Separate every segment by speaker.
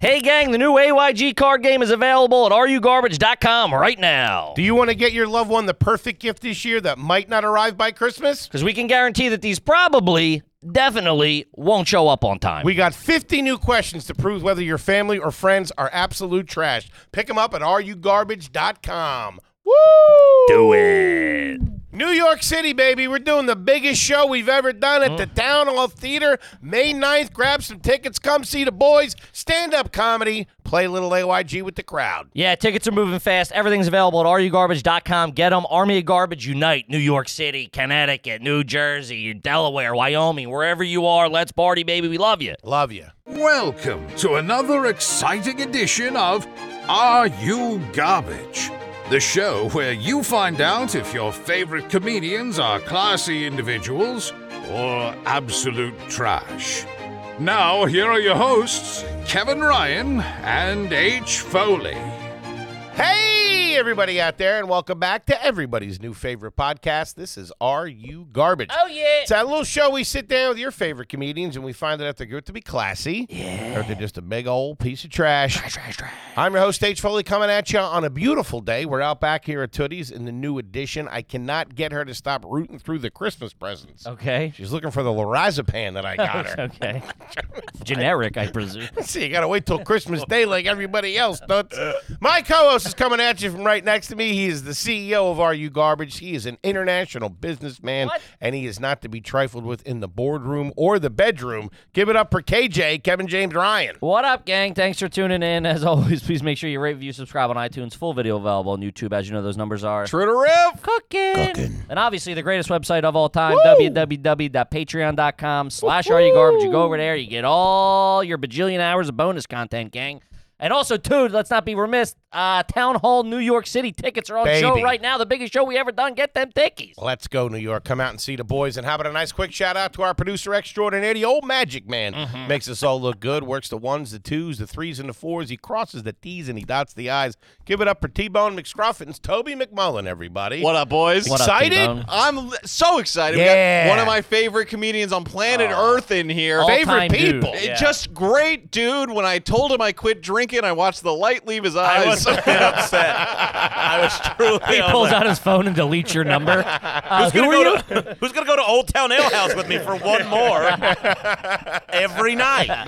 Speaker 1: Hey, gang, the new AYG card game is available at rugarbage.com right now.
Speaker 2: Do you want to get your loved one the perfect gift this year that might not arrive by Christmas?
Speaker 1: Because we can guarantee that these probably, definitely won't show up on time.
Speaker 2: We got 50 new questions to prove whether your family or friends are absolute trash. Pick them up at rugarbage.com. Woo!
Speaker 1: do it.
Speaker 2: New York City, baby. We're doing the biggest show we've ever done at the Town Hall Theater. May 9th. Grab some tickets. Come see the boys. Stand up comedy. Play little AYG with the crowd.
Speaker 1: Yeah, tickets are moving fast. Everything's available at rugarbage.com. Get them. Army of Garbage Unite, New York City, Connecticut, New Jersey, Delaware, Wyoming, wherever you are. Let's party, baby. We love you.
Speaker 2: Love you.
Speaker 3: Welcome to another exciting edition of Are You Garbage? The show where you find out if your favorite comedians are classy individuals or absolute trash. Now, here are your hosts, Kevin Ryan and H. Foley.
Speaker 2: Hey, everybody out there, and welcome back to everybody's new favorite podcast. This is Are You Garbage?
Speaker 1: Oh, yeah.
Speaker 2: It's that little show we sit down with your favorite comedians and we find out if they're good to be classy yeah. or if they're just a big old piece of trash. I'm your host, H. Foley, coming at you on a beautiful day. We're out back here at Tootie's in the new edition. I cannot get her to stop rooting through the Christmas presents.
Speaker 1: Okay.
Speaker 2: She's looking for the lorazepam that I got her.
Speaker 1: Okay. Generic, I presume.
Speaker 2: See, you gotta wait till Christmas Day like everybody else. Don't. My co-host is coming at you from right next to me. He is the CEO of RU Garbage. He is an international businessman, and he is not to be trifled with in the boardroom or the bedroom. Give it up for KJ, Kevin James Ryan.
Speaker 1: What up, gang? Thanks for tuning in. As always, please make sure you rate, review, subscribe on iTunes. Full video available on YouTube. As you know, those numbers are
Speaker 2: True to riff.
Speaker 1: cooking. And obviously, the greatest website of all time, www.patreon.com slash are you garbage. You go over there, you get all your bajillion hours of bonus content, gang. And also, dude, let's not be remiss. Uh, Town Hall New York City tickets are on show
Speaker 2: Baby.
Speaker 1: right now. The biggest show we ever done. Get them tickies.
Speaker 2: Let's go, New York. Come out and see the boys. And how about a nice quick shout out to our producer extraordinaire, the old magic man.
Speaker 1: Mm-hmm.
Speaker 2: Makes us all look good. Works the ones, the twos, the threes, and the fours. He crosses the T's and he dots the I's. Give it up for T Bone McScruffins, Toby McMullen, everybody.
Speaker 4: What up, boys?
Speaker 1: What up,
Speaker 2: Excited?
Speaker 1: T-Bone?
Speaker 4: I'm l- so excited. We got
Speaker 2: Yeah.
Speaker 4: one of my favorite comedians on planet Earth in here.
Speaker 1: All-
Speaker 2: Favorite
Speaker 1: All-time dude.
Speaker 2: people.
Speaker 4: It- Just great dude. When I told him I quit drinking, I watched the light leave his eyes.
Speaker 5: I was a bit upset. I was truly.
Speaker 1: He
Speaker 5: I was
Speaker 1: pulls
Speaker 5: like,
Speaker 1: out his phone and deletes your number. Uh,
Speaker 5: Who's
Speaker 1: who
Speaker 5: gonna,
Speaker 1: are you?
Speaker 5: go to, who's gonna go to Old Town Ale House with me for one more every night? Yeah,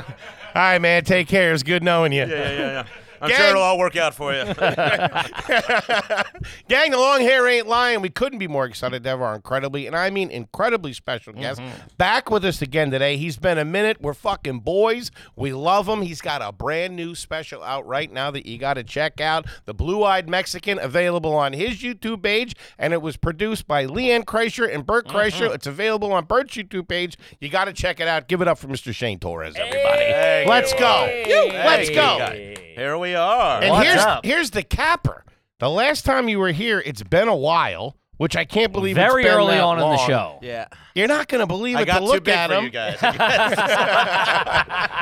Speaker 2: All right, man. Take care. It's good knowing you.
Speaker 5: yeah, yeah. I'm
Speaker 2: Gang.
Speaker 5: sure it'll all work out for you.
Speaker 2: Gang, the long hair ain't lying. We couldn't be more excited to have our incredibly, and I mean incredibly special guest
Speaker 5: Mm-hmm.
Speaker 2: back with us again today. He's been a minute. We're fucking boys. We love him. He's got a brand new special out right now that you got to check out. The Blue Eyed Mexican available on his YouTube page, and it was produced by Leanne Kreischer and Bert
Speaker 5: Mm-hmm.
Speaker 2: Kreischer. It's available on Bert's YouTube page. You got to check it out. Give it up for Mr. Shane Torres, everybody.
Speaker 5: Thank
Speaker 2: Let's
Speaker 5: you.
Speaker 2: go. Let's
Speaker 5: Thank you,
Speaker 2: go.
Speaker 5: guys. Here we are.
Speaker 2: And
Speaker 1: What's
Speaker 2: here's
Speaker 1: up?
Speaker 2: here's the capper. The last time you were here, it's been a while, which I can't believe. it's
Speaker 1: Very
Speaker 2: been
Speaker 1: early
Speaker 2: that
Speaker 1: on in the
Speaker 2: long.
Speaker 1: show.
Speaker 4: yeah.
Speaker 2: You're not gonna believe
Speaker 5: I
Speaker 2: it
Speaker 5: got
Speaker 2: to
Speaker 5: too
Speaker 2: look
Speaker 5: big
Speaker 2: at
Speaker 5: for
Speaker 2: him.
Speaker 5: you guys.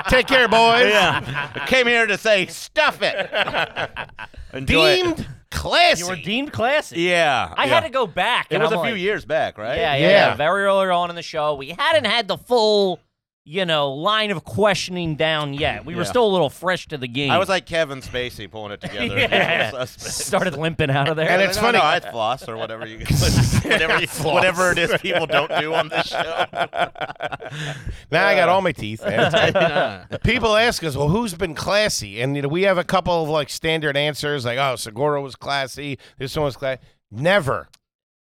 Speaker 2: Take care, boys.
Speaker 5: yeah, I came here to say stuff it. Enjoy it.
Speaker 2: Deemed classy.
Speaker 1: You were deemed classy.
Speaker 5: Yeah,
Speaker 1: I
Speaker 5: yeah.
Speaker 1: had to go back.
Speaker 5: It
Speaker 1: and
Speaker 5: was
Speaker 1: I'm
Speaker 5: a few
Speaker 1: like,
Speaker 5: years back, right?
Speaker 1: Yeah, yeah,
Speaker 2: Yeah.
Speaker 1: yeah. Very early on in the show, we hadn't had the full, you know, line of questioning down yet. We were
Speaker 5: Yeah.
Speaker 1: still a little fresh to the game.
Speaker 5: I was like Kevin Spacey pulling it together.
Speaker 1: yeah. started limping out of there.
Speaker 2: And it's
Speaker 5: It's
Speaker 2: funny.
Speaker 5: funny. No, it's floss or whatever you whatever, you- whatever it is people don't do on this show.
Speaker 2: Now I got all my teeth. People ask us, well, who's been classy? And you know, we have a couple of like standard answers, like, oh, Segura was classy. This one was classy. Never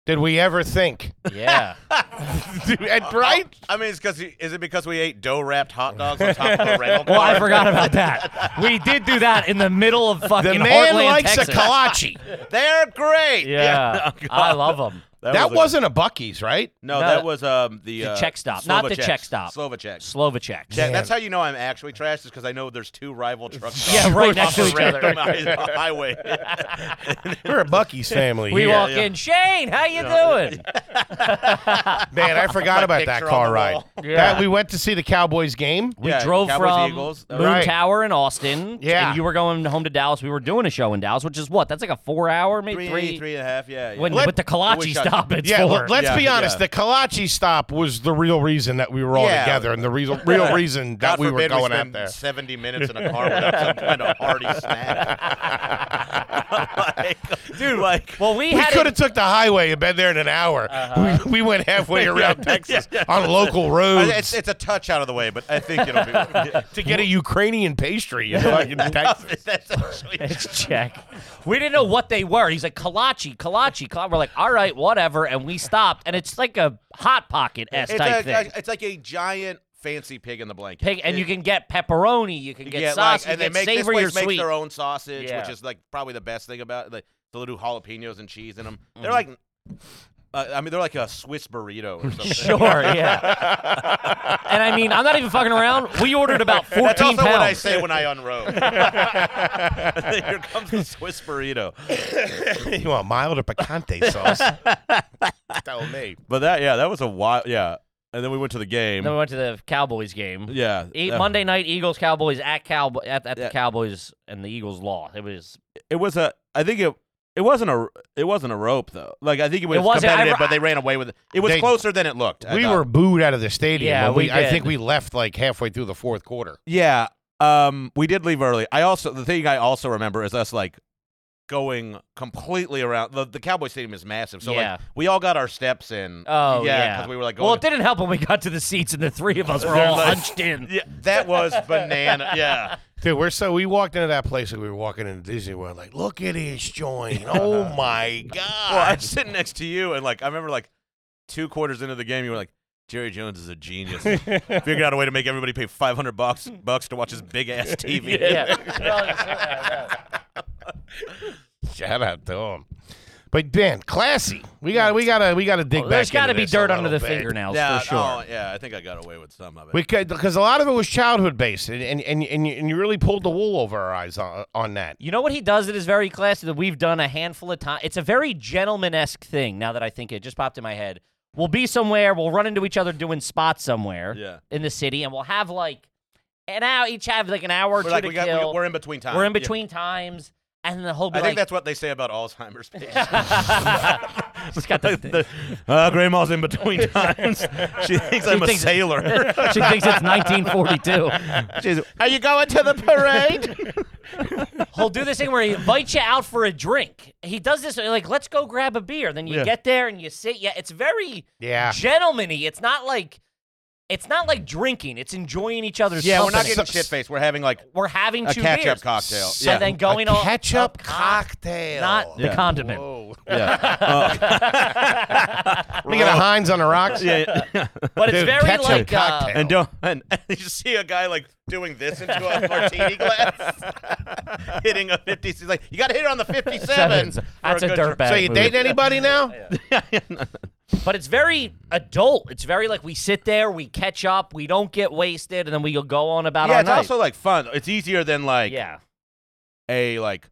Speaker 2: did we ever think,
Speaker 1: yeah.
Speaker 2: And, right?
Speaker 5: I mean, it's because is it because we ate dough wrapped hot dogs on top of a rental car?
Speaker 1: Well, Oh, I forgot about that. We did do that in the middle of fucking
Speaker 2: The man
Speaker 1: Heartland,
Speaker 2: likes
Speaker 1: Texas.
Speaker 2: a kolache.
Speaker 5: They're great.
Speaker 1: Yeah, I love them.
Speaker 2: that
Speaker 5: was a-
Speaker 2: wasn't a Bucky's, right?
Speaker 5: no,
Speaker 1: no,
Speaker 5: that was um the,
Speaker 1: the
Speaker 5: uh,
Speaker 1: check stop, not the
Speaker 5: Slovacek.
Speaker 1: check stop.
Speaker 5: Slovacek.
Speaker 1: Slovacek.
Speaker 5: Check- that's how you know I'm actually trash is because I know there's two rival truck stops.
Speaker 1: Yeah, right next to
Speaker 5: on the
Speaker 1: each other.
Speaker 5: random hi- highway.
Speaker 2: We're a Bucky's family.
Speaker 1: We
Speaker 2: here.
Speaker 1: walk
Speaker 5: yeah.
Speaker 1: in, Shane. How you doing?
Speaker 2: Man, I forgot about that
Speaker 5: picture
Speaker 2: car
Speaker 5: on the
Speaker 2: ride.
Speaker 5: wall.
Speaker 1: Yeah.
Speaker 2: That we went to see the Cowboys game.
Speaker 1: We
Speaker 5: Yeah,
Speaker 1: drove
Speaker 5: Cowboys,
Speaker 1: from
Speaker 5: Eagles.
Speaker 1: Moon
Speaker 2: Right.
Speaker 1: Tower in Austin.
Speaker 2: Yeah.
Speaker 1: And you were going home to Dallas. We were doing a show in Dallas, which is what? That's like a four hour, maybe
Speaker 5: Three,
Speaker 1: three.
Speaker 5: three and a half. Yeah. yeah.
Speaker 1: When,
Speaker 2: Let-
Speaker 1: with the
Speaker 5: We
Speaker 1: kolache
Speaker 5: shot
Speaker 1: stuff. stop it's
Speaker 2: Yeah,
Speaker 1: for.
Speaker 2: look, let's
Speaker 4: Yeah,
Speaker 2: be honest.
Speaker 4: yeah.
Speaker 2: The Kalachi stop was the real reason that we were all
Speaker 5: Yeah.
Speaker 2: together, and the real, real reason that
Speaker 5: God
Speaker 2: we were
Speaker 5: forbid
Speaker 2: going
Speaker 5: we
Speaker 2: out
Speaker 5: spend
Speaker 2: there.
Speaker 5: 70 minutes in a car without some kind of hearty snack. like, dude, like,
Speaker 1: well, we,
Speaker 2: We
Speaker 1: had
Speaker 2: could
Speaker 1: it,
Speaker 2: have took the highway and been there in an hour.
Speaker 5: Uh-huh.
Speaker 2: We, we went halfway around Texas on local roads
Speaker 5: Uh, it's, it's a touch out of the way, but I think it'll be.
Speaker 2: to get a Ukrainian pastry in fucking Texas.
Speaker 5: That's actually.
Speaker 1: Let's check. We didn't know what they were. He's like kolache, kolache, kolache. We're like, all right, whatever, and we stopped. And it's like a hot pocket s
Speaker 5: It's,
Speaker 1: type
Speaker 5: a,
Speaker 1: thing.
Speaker 5: it's like a giant fancy pig in the blanket.
Speaker 1: Pig, and
Speaker 5: It-
Speaker 1: you can get pepperoni, you can
Speaker 5: you
Speaker 1: get
Speaker 5: like-
Speaker 1: sauce,
Speaker 5: and
Speaker 1: you
Speaker 5: they
Speaker 1: can
Speaker 5: make
Speaker 1: get savory
Speaker 5: this
Speaker 1: or
Speaker 5: place makes
Speaker 1: sweet.
Speaker 5: their own sausage,
Speaker 1: Yeah.
Speaker 5: which is like probably the best thing about it. Like they'll do jalapenos and cheese in them. They're like,
Speaker 1: Mm-hmm.
Speaker 5: uh, I mean, they're like a Swiss burrito or something.
Speaker 1: Sure, yeah. and I mean, I'm not even fucking around. We ordered about 14
Speaker 5: That's also
Speaker 1: pounds.
Speaker 5: what I say when I unrobe. Here comes the Swiss burrito.
Speaker 2: You want mild or picante sauce? Tell me.
Speaker 4: But that, yeah, that was a wild. Yeah, and then we went to the game.
Speaker 1: Then we went to the Cowboys game.
Speaker 4: yeah,
Speaker 1: E-
Speaker 5: Uh,
Speaker 4: that-
Speaker 1: Monday night Eagles Cowboys at Cowboy at, at the
Speaker 4: Yeah.
Speaker 1: Cowboys and the Eagles lost. It was
Speaker 4: It was a. I think it. It wasn't a. It wasn't a rope though. Like I think it was.
Speaker 1: It wasn't- I
Speaker 5: Competitive,
Speaker 1: ra-
Speaker 5: but they ran away with it. It was
Speaker 2: They-
Speaker 5: closer than it looked. I
Speaker 2: We
Speaker 5: thought.
Speaker 2: were booed out of the stadium.
Speaker 1: Yeah,
Speaker 2: when we,
Speaker 1: we
Speaker 2: I
Speaker 1: did.
Speaker 2: think we left like halfway through the fourth quarter.
Speaker 4: Yeah. Um. We did leave early. I also the thing I also remember is us like
Speaker 5: going completely around. The, the Cowboy Stadium is massive, so
Speaker 1: Yeah.
Speaker 5: like we all got our steps in.
Speaker 1: oh yeah,
Speaker 5: because we were like, going
Speaker 1: well, it didn't help when we got to the seats and the three of us were all hunched in.
Speaker 5: Yeah, that was banana. Yeah,
Speaker 2: Dude, we're so we walked into that place like we were walking into Disney World. Like, look at this joint. Oh my
Speaker 5: well,
Speaker 2: god!
Speaker 5: I'm sitting next to you, and like I remember, like two quarters into the game, you were like, Jerry Jones is a genius. Figured out a way to make everybody pay 500 bucks bucks to watch his big ass TV.
Speaker 1: Yeah. Well, it's-
Speaker 2: Shout out to him. But man, classy. We got we gotta we gotta dig
Speaker 1: Well,
Speaker 2: back.
Speaker 1: there's got to
Speaker 2: into
Speaker 1: be
Speaker 2: this a
Speaker 1: dirt under the
Speaker 2: little bit.
Speaker 1: fingernails
Speaker 5: yeah,
Speaker 1: for sure.
Speaker 5: oh, yeah. I think I got away with some of it.
Speaker 2: We could because a lot of it was childhood based, and and and, and, you, and you really pulled the wool over our eyes on, on that.
Speaker 1: You know what he does that is very classy that we've done a handful of times? It's a very gentleman esque thing now that I think it just popped in my head. We'll be somewhere, we'll run into each other doing spots somewhere
Speaker 5: Yeah.
Speaker 1: in the city, and we'll have like an hour, each have like an hour or
Speaker 5: We're
Speaker 1: two
Speaker 5: like
Speaker 1: to
Speaker 5: we got,
Speaker 1: kill.
Speaker 5: we, are in between time.
Speaker 1: We're in
Speaker 5: Yeah.
Speaker 1: between times, and the whole be
Speaker 5: I think
Speaker 1: like,
Speaker 5: that's what they say about Alzheimer's patients.
Speaker 1: It's got the-
Speaker 5: uh, grandma's in between times. She thinks I'm
Speaker 1: thinks-
Speaker 5: a sailor.
Speaker 1: she thinks it's 1942.
Speaker 5: Are you going to the parade?
Speaker 1: He'll do this thing where he invites you out for a drink. He does this like, let's go grab a beer. Then you get there and you sit. Yeah, it's very
Speaker 2: Yeah.
Speaker 1: gentleman-y. It's not like it's not like drinking. It's enjoying each other's.
Speaker 5: yeah, we're not
Speaker 1: company.
Speaker 5: getting shit faced. We're having like
Speaker 1: We're having
Speaker 5: a
Speaker 1: two
Speaker 5: catch up
Speaker 1: beers
Speaker 5: cocktail.
Speaker 1: and
Speaker 5: Yeah.
Speaker 1: then going
Speaker 2: a
Speaker 1: on
Speaker 2: ketchup
Speaker 1: up cock-
Speaker 2: cocktail,
Speaker 1: not the
Speaker 4: Yeah.
Speaker 1: condiment.
Speaker 2: Whoa.
Speaker 4: yeah
Speaker 2: We got a Heinz on the rocks.
Speaker 4: yeah, yeah.
Speaker 1: But it's
Speaker 2: Dude,
Speaker 1: very
Speaker 2: ketchup
Speaker 1: like. Uh,
Speaker 2: cocktail.
Speaker 4: and don't and
Speaker 5: you see a guy like doing this into a martini glass, hitting a 50. He's like, you got to hit it on the 57.
Speaker 1: Sevens.
Speaker 5: for
Speaker 1: That's a
Speaker 5: good
Speaker 1: dirtbag.
Speaker 5: dri-
Speaker 2: So you
Speaker 1: move.
Speaker 2: dating anybody now?
Speaker 1: But it's very adult. It's very like we sit there, we catch up, we don't get wasted, and then we go on about
Speaker 5: Yeah,
Speaker 1: our
Speaker 5: it's
Speaker 1: night.
Speaker 5: also like fun. It's easier than like uh,
Speaker 1: yeah.
Speaker 5: a like.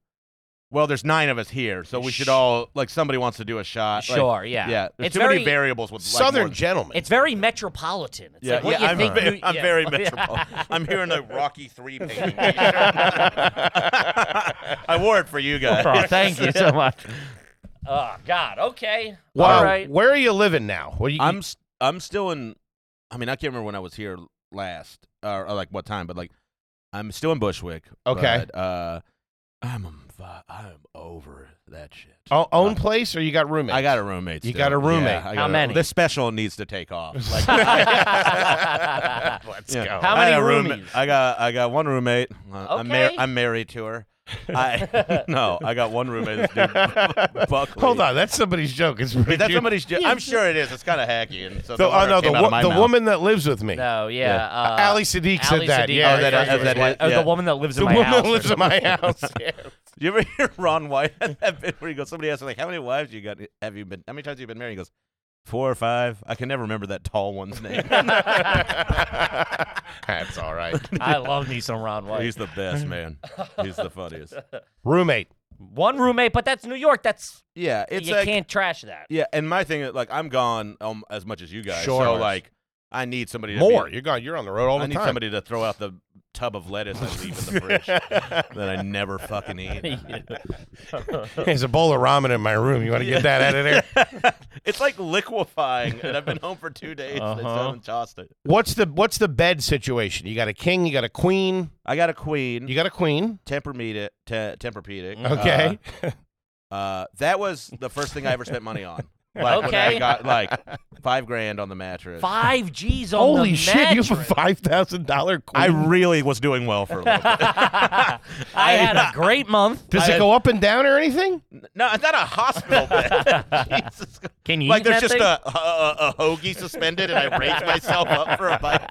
Speaker 5: Well, there's nine of us here, so we should all like somebody wants to do a shot. like-
Speaker 1: Sure, yeah.
Speaker 5: yeah. There's
Speaker 1: It's
Speaker 5: too
Speaker 1: very-
Speaker 5: many variables with like,
Speaker 2: Southern
Speaker 5: more than-
Speaker 2: gentleman.
Speaker 1: It's very metropolitan. It's
Speaker 5: Yeah,
Speaker 1: like, what
Speaker 5: yeah,
Speaker 1: you
Speaker 5: I'm,
Speaker 1: think
Speaker 5: very,
Speaker 1: New-
Speaker 5: I'm
Speaker 1: yeah.
Speaker 5: very
Speaker 1: Yeah.
Speaker 5: metropolitan. I'm here in a Rocky Three painting. I wore it for you guys.
Speaker 1: Oh, thank you so much. Oh God. Okay.
Speaker 2: wow.
Speaker 1: All right.
Speaker 2: Where are you living now? What you,
Speaker 5: I'm s- I'm still in. I mean, I can't remember when I was here last, or, or like what time, but like I'm still in Bushwick.
Speaker 2: Okay.
Speaker 5: but, uh, I'm um, fi- I'm over that shit.
Speaker 2: o- own place or you got Oh, roommates?
Speaker 5: I got a roommate.
Speaker 2: You
Speaker 5: still.
Speaker 2: got a
Speaker 5: Yeah,
Speaker 2: roommate.
Speaker 5: I
Speaker 1: How
Speaker 5: got a-
Speaker 1: many?
Speaker 5: This special needs to take off. Like,
Speaker 2: Let's
Speaker 5: yeah.
Speaker 2: go.
Speaker 1: How
Speaker 5: I had
Speaker 1: many
Speaker 5: a roommate-
Speaker 1: roomies?
Speaker 5: I got I got one roommate. Uh, I'm, mar-
Speaker 1: Okay.
Speaker 5: I'm married to her. I no, I got one roommate. This dude, Buckley.
Speaker 2: Hold on, that's somebody's joke. It's
Speaker 5: Wait, that's somebody's. jo- I'm sure it is. It's kind of hacky. And so
Speaker 2: So,
Speaker 5: the,
Speaker 2: oh no, the,
Speaker 5: came out
Speaker 2: wo-
Speaker 5: of my
Speaker 2: the
Speaker 5: mouth.
Speaker 2: woman that lives with me,
Speaker 1: No. Yeah. Uh,
Speaker 2: Ali Sadiq said
Speaker 1: Ali
Speaker 2: that.
Speaker 1: Sadiq.
Speaker 2: Yeah,
Speaker 5: Oh, that-
Speaker 2: yeah,
Speaker 5: uh,
Speaker 2: yeah.
Speaker 5: that-
Speaker 1: Why- oh,
Speaker 5: yeah.
Speaker 1: the woman that lives
Speaker 2: the
Speaker 1: in my
Speaker 2: woman
Speaker 1: house.
Speaker 2: that lives in my house.
Speaker 5: You ever hear Ron White? that bit where he goes, somebody asks him, like, how many wives you got? Have you been? How many times have you been married? He goes, four or five. I can never remember that tall one's name.
Speaker 2: that's all right.
Speaker 1: I love me some Ron White.
Speaker 5: He's the best man. He's the funniest.
Speaker 2: Roommate.
Speaker 1: One roommate, but that's New York. That's
Speaker 5: Yeah, it's
Speaker 1: you
Speaker 5: like
Speaker 1: can't trash that.
Speaker 5: yeah. And my thing, is, like, I'm gone um, as much as you guys.
Speaker 2: Sure.
Speaker 5: So like, I need somebody to
Speaker 2: More.
Speaker 5: Be,
Speaker 2: You're gone. You're on the road all
Speaker 5: I
Speaker 2: the
Speaker 5: need
Speaker 2: time.
Speaker 5: somebody to throw out the tub of lettuce I leave in the fridge that I never fucking eat.
Speaker 2: There's a bowl of ramen in my room. You want to get that out of there?
Speaker 5: It's like liquefying, and I've been home for two days. and I
Speaker 1: Uh-huh.
Speaker 5: still haven't tossed it.
Speaker 2: What's the what's the bed situation? You got a king, you got a queen,
Speaker 5: I got a queen.
Speaker 2: you got a queen.
Speaker 5: Tempur-Pedic. Te- Tempur-Pedic.
Speaker 1: Mm-hmm.
Speaker 2: Okay.
Speaker 5: Uh, uh, that was the first thing I ever spent money on. Like when
Speaker 1: Okay.
Speaker 5: I got like five grand on the mattress.
Speaker 1: Five G's on
Speaker 2: Holy
Speaker 1: the
Speaker 2: shit, you have a
Speaker 1: mattress.
Speaker 2: five thousand dollar queen.
Speaker 5: I really was doing well for a little bit.
Speaker 1: I had a great month.
Speaker 2: Does it go up and down or anything?
Speaker 5: No, it's not a hospital bed. Jesus.
Speaker 1: Can you
Speaker 5: Like
Speaker 1: eat
Speaker 5: there's
Speaker 1: that
Speaker 5: just
Speaker 1: thing?
Speaker 5: a, a, a hoagie suspended, and I raise myself up for a bite.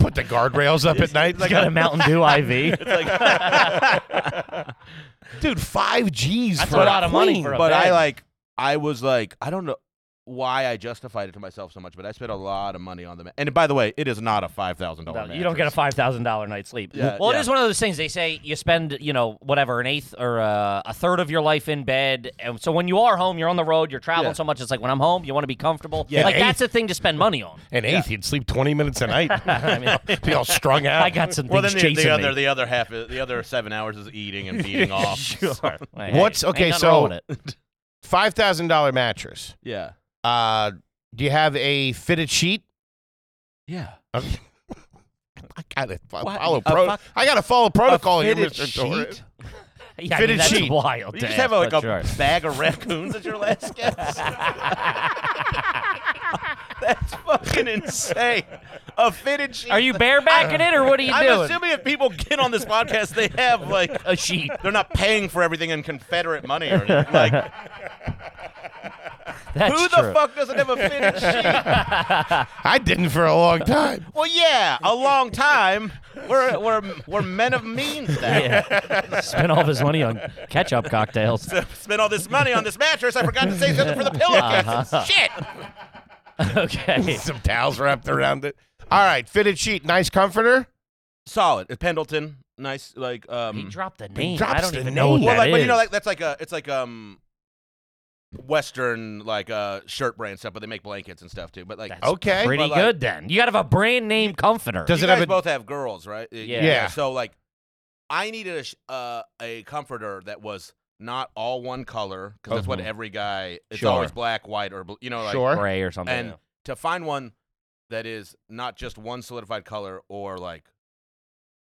Speaker 2: Put the guardrails up at night.
Speaker 1: It's got a Mountain Dew IV.
Speaker 2: Dude, five G's
Speaker 1: That's
Speaker 2: for
Speaker 1: a lot of money
Speaker 2: queen.
Speaker 1: for a
Speaker 5: but I
Speaker 1: bed.
Speaker 5: like I was like I don't know why I justified it to myself so much, but I spent a lot of money on the ma- and by the way, it is not a five thousand
Speaker 1: No,
Speaker 5: dollars.
Speaker 1: you don't get a five thousand dollar night's sleep.
Speaker 5: Yeah,
Speaker 1: well,
Speaker 5: yeah.
Speaker 1: it is one of those things. They say you spend, you know, whatever an eighth or uh, a third of your life in bed, and so when you are home, you're on the road, you're traveling
Speaker 5: Yeah.
Speaker 1: so much. It's like when I'm home, you want to be comfortable.
Speaker 5: Yeah.
Speaker 1: like
Speaker 2: An
Speaker 1: that's a thing to spend money on.
Speaker 2: An eighth, you'd sleep twenty minutes a night.
Speaker 1: I mean,
Speaker 2: Be all strung out.
Speaker 1: I got some things
Speaker 5: Well, then the,
Speaker 1: chasing
Speaker 5: the other
Speaker 1: me.
Speaker 5: the other half is- the other seven hours is eating and feeding off.
Speaker 1: Sure. Hey,
Speaker 2: What's-
Speaker 1: ain't
Speaker 2: okay,
Speaker 1: nothing wrong
Speaker 2: so-
Speaker 1: with it.
Speaker 2: five thousand dollar mattress.
Speaker 5: Yeah,
Speaker 2: Uh, do you have a fitted sheet?
Speaker 5: yeah.
Speaker 2: Okay. I gotta fo-
Speaker 5: What?
Speaker 2: follow
Speaker 5: A
Speaker 2: pro-
Speaker 5: fuck-
Speaker 2: I gotta follow protocol here,
Speaker 5: fitted
Speaker 2: Mr. Torres.
Speaker 5: sheet?
Speaker 1: yeah, I mean,
Speaker 2: Fitted
Speaker 1: that's
Speaker 2: sheet.
Speaker 1: wild.
Speaker 5: You
Speaker 1: to
Speaker 5: just
Speaker 1: ask,
Speaker 5: have like a
Speaker 1: but sure.
Speaker 5: bag of raccoons at your last guess. That's fucking insane. A fitted sheet.
Speaker 1: Are you barebacking it or what are you
Speaker 5: I'm
Speaker 1: doing? Oh,
Speaker 5: assuming if people get on this podcast, they have like
Speaker 1: a sheet.
Speaker 5: They're not paying for everything in Confederate money or anything. Like,
Speaker 1: That's
Speaker 5: who
Speaker 1: true.
Speaker 5: the fuck doesn't have a fitted sheet?
Speaker 2: I didn't for a long time.
Speaker 5: Well, yeah, a long time. We're we're we're men of means now.
Speaker 1: Yeah. Spent all of his money on ketchup cocktails.
Speaker 5: Spent all this money on this mattress. I forgot to say something for the pillowcases.
Speaker 1: Uh-huh.
Speaker 5: Shit.
Speaker 1: Okay.
Speaker 2: Some towels wrapped around it. All right, fitted sheet, nice comforter.
Speaker 5: Solid. At Pendleton, nice. Like, um,
Speaker 1: He dropped the name. I
Speaker 2: drops
Speaker 1: don't
Speaker 2: the
Speaker 1: even know what
Speaker 2: name.
Speaker 5: well,
Speaker 1: that
Speaker 5: like, but you know,
Speaker 1: is.
Speaker 5: like that's like a, it's like um, Western like uh shirt brand stuff, but they make blankets and stuff too. But like,
Speaker 1: That's
Speaker 2: Okay.
Speaker 1: pretty
Speaker 5: But, like-
Speaker 1: good then. You got to have a brand name comforter.
Speaker 2: Does
Speaker 5: you
Speaker 2: it have
Speaker 5: guys
Speaker 2: a-
Speaker 5: both have girls, right? Y-
Speaker 1: Yeah.
Speaker 2: Yeah.
Speaker 5: So like, I needed a sh- uh, a comforter that was not all one color because that's what
Speaker 1: Mhm.
Speaker 5: every guy. It's
Speaker 1: Sure.
Speaker 5: always black, white, or bl- you know, like
Speaker 2: Sure.
Speaker 1: Gray or something.
Speaker 5: and to find one that is not just one solidified color or like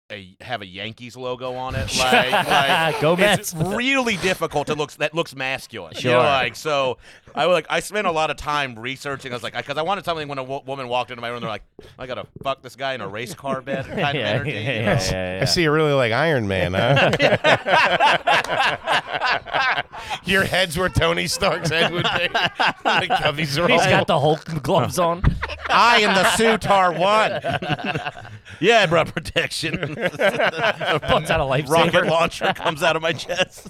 Speaker 5: a have a Yankees logo on it, like. like
Speaker 1: Go
Speaker 5: It's
Speaker 1: Mets.
Speaker 5: really difficult to looks that looks masculine. You know,
Speaker 1: Sure.
Speaker 5: like so, I like I spent a lot of time researching. I was like, because I wanted something when a wo- woman walked into my room, they're like, I gotta fuck this guy in a race car bed kind
Speaker 1: yeah,
Speaker 5: of
Speaker 1: yeah,
Speaker 5: energy. you
Speaker 1: yeah,
Speaker 5: know?
Speaker 1: yeah, yeah.
Speaker 2: I see you really like Iron Man, huh? Your head's where Tony Stark's head would be. the cubbies are
Speaker 1: He's
Speaker 2: all-
Speaker 1: got the Hulk gloves on.
Speaker 5: I and the suit are one. yeah, I brought protection.
Speaker 1: Puts out a
Speaker 5: Rocket
Speaker 1: lifesaver.
Speaker 5: launcher comes out of my chest.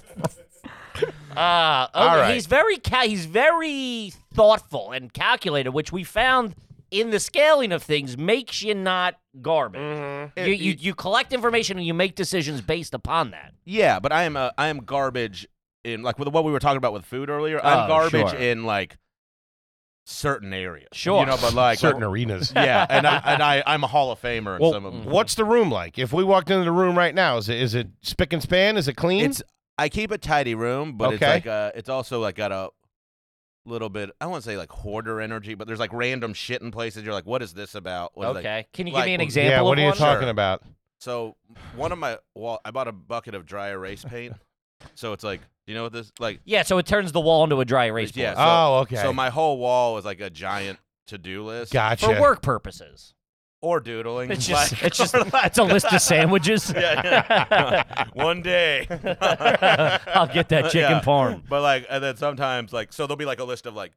Speaker 1: Uh, okay.
Speaker 2: All right.
Speaker 1: He's very ca- he's very thoughtful and calculated, which we found in the scaling of things makes you not garbage.
Speaker 5: Mm-hmm. Eh,
Speaker 1: You, you you collect information and you make decisions based upon that.
Speaker 5: Yeah, but I am a, I am garbage in like with what we were talking about with food earlier. I'm
Speaker 1: Oh,
Speaker 5: garbage
Speaker 1: sure.
Speaker 5: in like certain areas.
Speaker 1: Sure.
Speaker 5: you know, but like
Speaker 2: certain arenas.
Speaker 5: yeah, and I, and I I'm a Hall of Famer in
Speaker 2: Well,
Speaker 5: some of them.
Speaker 2: what's the room like? If we walked into the room right now, is it is it spick and span? Is it clean?
Speaker 5: It's I keep a tidy room, but it's
Speaker 2: Okay.
Speaker 5: like uh it's also like got a little bit I wouldn't say like hoarder energy, but there's like random shit in places. You're like, what is this about? What is that?
Speaker 1: okay. Can you
Speaker 5: like-
Speaker 1: give me an
Speaker 5: Yeah,
Speaker 1: example?
Speaker 2: yeah.
Speaker 1: of
Speaker 2: What are you
Speaker 1: one?
Speaker 2: talking
Speaker 5: Sure.
Speaker 2: about?
Speaker 5: So one of my well, I bought a bucket of dry erase paint. so it's like, you know what this like?
Speaker 1: Yeah, so it turns the wall into a dry erase board
Speaker 5: Yeah. So,
Speaker 2: oh, okay.
Speaker 5: So my whole wall is like a giant to-do list
Speaker 2: gotcha.
Speaker 1: for work purposes.
Speaker 5: or doodling.
Speaker 1: It's just
Speaker 5: like-
Speaker 1: it's just it's a list of sandwiches.
Speaker 5: Yeah, yeah. one day.
Speaker 1: I'll get that chicken
Speaker 5: Yeah.
Speaker 1: parm.
Speaker 5: But like, and then sometimes like, so there'll be like a list of like,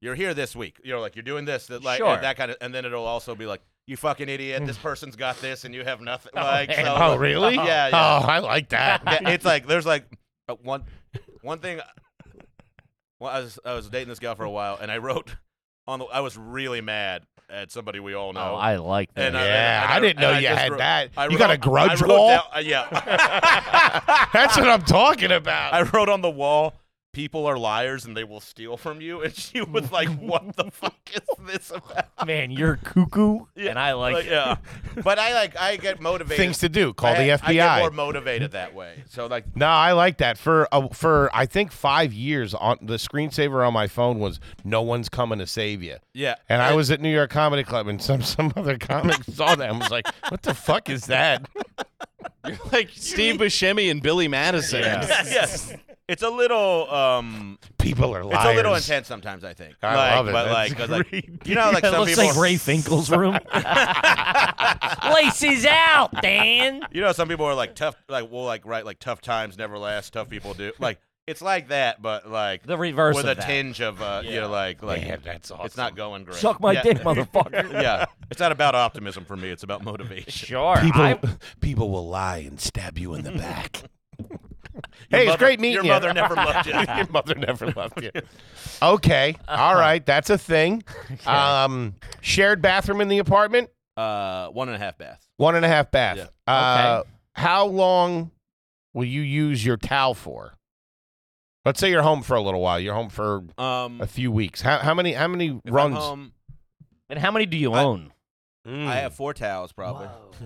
Speaker 5: you're here this week. You know, like you're doing this, that like
Speaker 1: Sure. Mm.
Speaker 5: that kind of, and then it'll also be like, you fucking idiot. This person's got this, and you have nothing.
Speaker 1: Oh,
Speaker 5: like,
Speaker 1: man.
Speaker 5: so,
Speaker 2: oh, really?
Speaker 5: Yeah, yeah.
Speaker 2: Oh, I like that.
Speaker 5: Yeah, it's like there's like uh, one, one thing. Well, I was I was dating this gal for a while, and I wrote on the. I was really mad at somebody we all
Speaker 1: Oh,
Speaker 5: know.
Speaker 1: I like that.
Speaker 5: And I-
Speaker 2: Yeah,
Speaker 5: and
Speaker 2: I didn't know
Speaker 5: and I
Speaker 2: you
Speaker 5: just
Speaker 2: had
Speaker 5: wrote-
Speaker 2: that.
Speaker 5: I
Speaker 2: You got a
Speaker 5: I-
Speaker 2: grudge
Speaker 5: I wrote
Speaker 2: wall?
Speaker 5: down- uh, yeah.
Speaker 2: That's what I'm talking about.
Speaker 5: I wrote on the wall, people are liars and they will steal from you. And she was like, what the fuck is this about?
Speaker 1: Man, you're cuckoo, and I like, it.
Speaker 5: uh, yeah. But I like I get motivated.
Speaker 2: Things to do. Call
Speaker 5: I-
Speaker 2: the
Speaker 5: I get more
Speaker 2: FBI.
Speaker 5: motivated that way. So like
Speaker 2: No, I like that. For uh, for I think five years, on the screensaver on my phone was "No one's coming to save you."
Speaker 5: yeah.
Speaker 2: And I was at New York Comedy Club, and some some other comic saw that and was like, "What the fuck is that?"
Speaker 4: like Steve Buscemi and Billy Madison.
Speaker 5: yes. It's a little um
Speaker 2: People are liars.
Speaker 5: it's a little intense sometimes, I think.
Speaker 2: I
Speaker 5: like,
Speaker 2: love it.
Speaker 5: But
Speaker 2: That's
Speaker 5: like, 'cause, like
Speaker 2: creepy.
Speaker 5: you know, like
Speaker 1: It
Speaker 5: some
Speaker 1: looks
Speaker 5: people
Speaker 1: like Ray Finkel's room. Laces out, Dan.
Speaker 5: You know, some people are like tough, like well, like right, like tough times never last. Tough people do like it's like that, but like
Speaker 1: The reverse
Speaker 5: with
Speaker 1: of
Speaker 5: a
Speaker 1: that.
Speaker 5: tinge of uh, you know, like like
Speaker 2: Man, that's
Speaker 5: it's not going great.
Speaker 1: Suck my
Speaker 5: yeah.
Speaker 1: dick, motherfucker.
Speaker 5: yeah, it's not about optimism for me. It's about motivation.
Speaker 1: Sure.
Speaker 2: People,
Speaker 1: I-
Speaker 2: people will lie and stab you in the back. hey, it's
Speaker 5: Mother-
Speaker 2: great meeting
Speaker 5: Your
Speaker 2: you.
Speaker 5: mother never loved you.
Speaker 2: Your mother never loved you. Okay, all right, that's a thing. Um, shared bathroom in the apartment,
Speaker 5: Uh, one and a half baths.
Speaker 2: one and a half bath.
Speaker 5: Yeah.
Speaker 2: Uh, How long will you use your towel for? Let's say you're home for a little while. You're home for
Speaker 5: Um,
Speaker 2: a few weeks. How, how many? How many
Speaker 5: if I'm
Speaker 2: runs? Mm.
Speaker 5: home,
Speaker 1: and how many do you
Speaker 5: I-
Speaker 1: own?
Speaker 5: I have four towels probably,
Speaker 1: That's-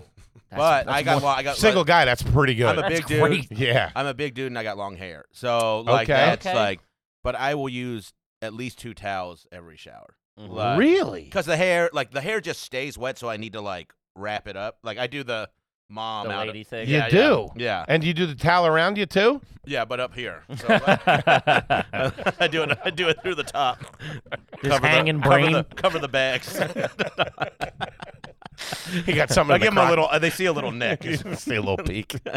Speaker 5: but
Speaker 1: that's
Speaker 5: I got
Speaker 1: more-
Speaker 5: well, I got
Speaker 2: Single guy. That's pretty
Speaker 5: Like,
Speaker 2: good.
Speaker 5: I'm a big
Speaker 1: That's
Speaker 5: dude.
Speaker 1: great.
Speaker 2: yeah.
Speaker 5: I'm a big dude and I got long hair, so like
Speaker 2: Okay.
Speaker 5: that's
Speaker 1: Okay.
Speaker 5: like. But I will use at least two towels every shower.
Speaker 1: Mm-hmm.
Speaker 5: Like,
Speaker 2: really?
Speaker 5: Because the hair, like the hair, just stays wet, so I need to like wrap it up. Like I do the mom
Speaker 1: The
Speaker 5: out
Speaker 1: lady
Speaker 5: of,
Speaker 1: thing.
Speaker 2: You
Speaker 5: Yeah, yeah.
Speaker 2: do?
Speaker 5: Yeah,
Speaker 2: And you do the towel around you too?
Speaker 5: yeah, but up here. So, uh, I do it. I do it through the top.
Speaker 1: Just
Speaker 5: the-
Speaker 1: hanging
Speaker 5: cover the,
Speaker 1: brain.
Speaker 5: Cover the, bags.
Speaker 2: You got something.
Speaker 5: I
Speaker 2: in the
Speaker 5: give them a
Speaker 2: crock-
Speaker 5: little. uh, They see a little neck.
Speaker 2: See a little peek.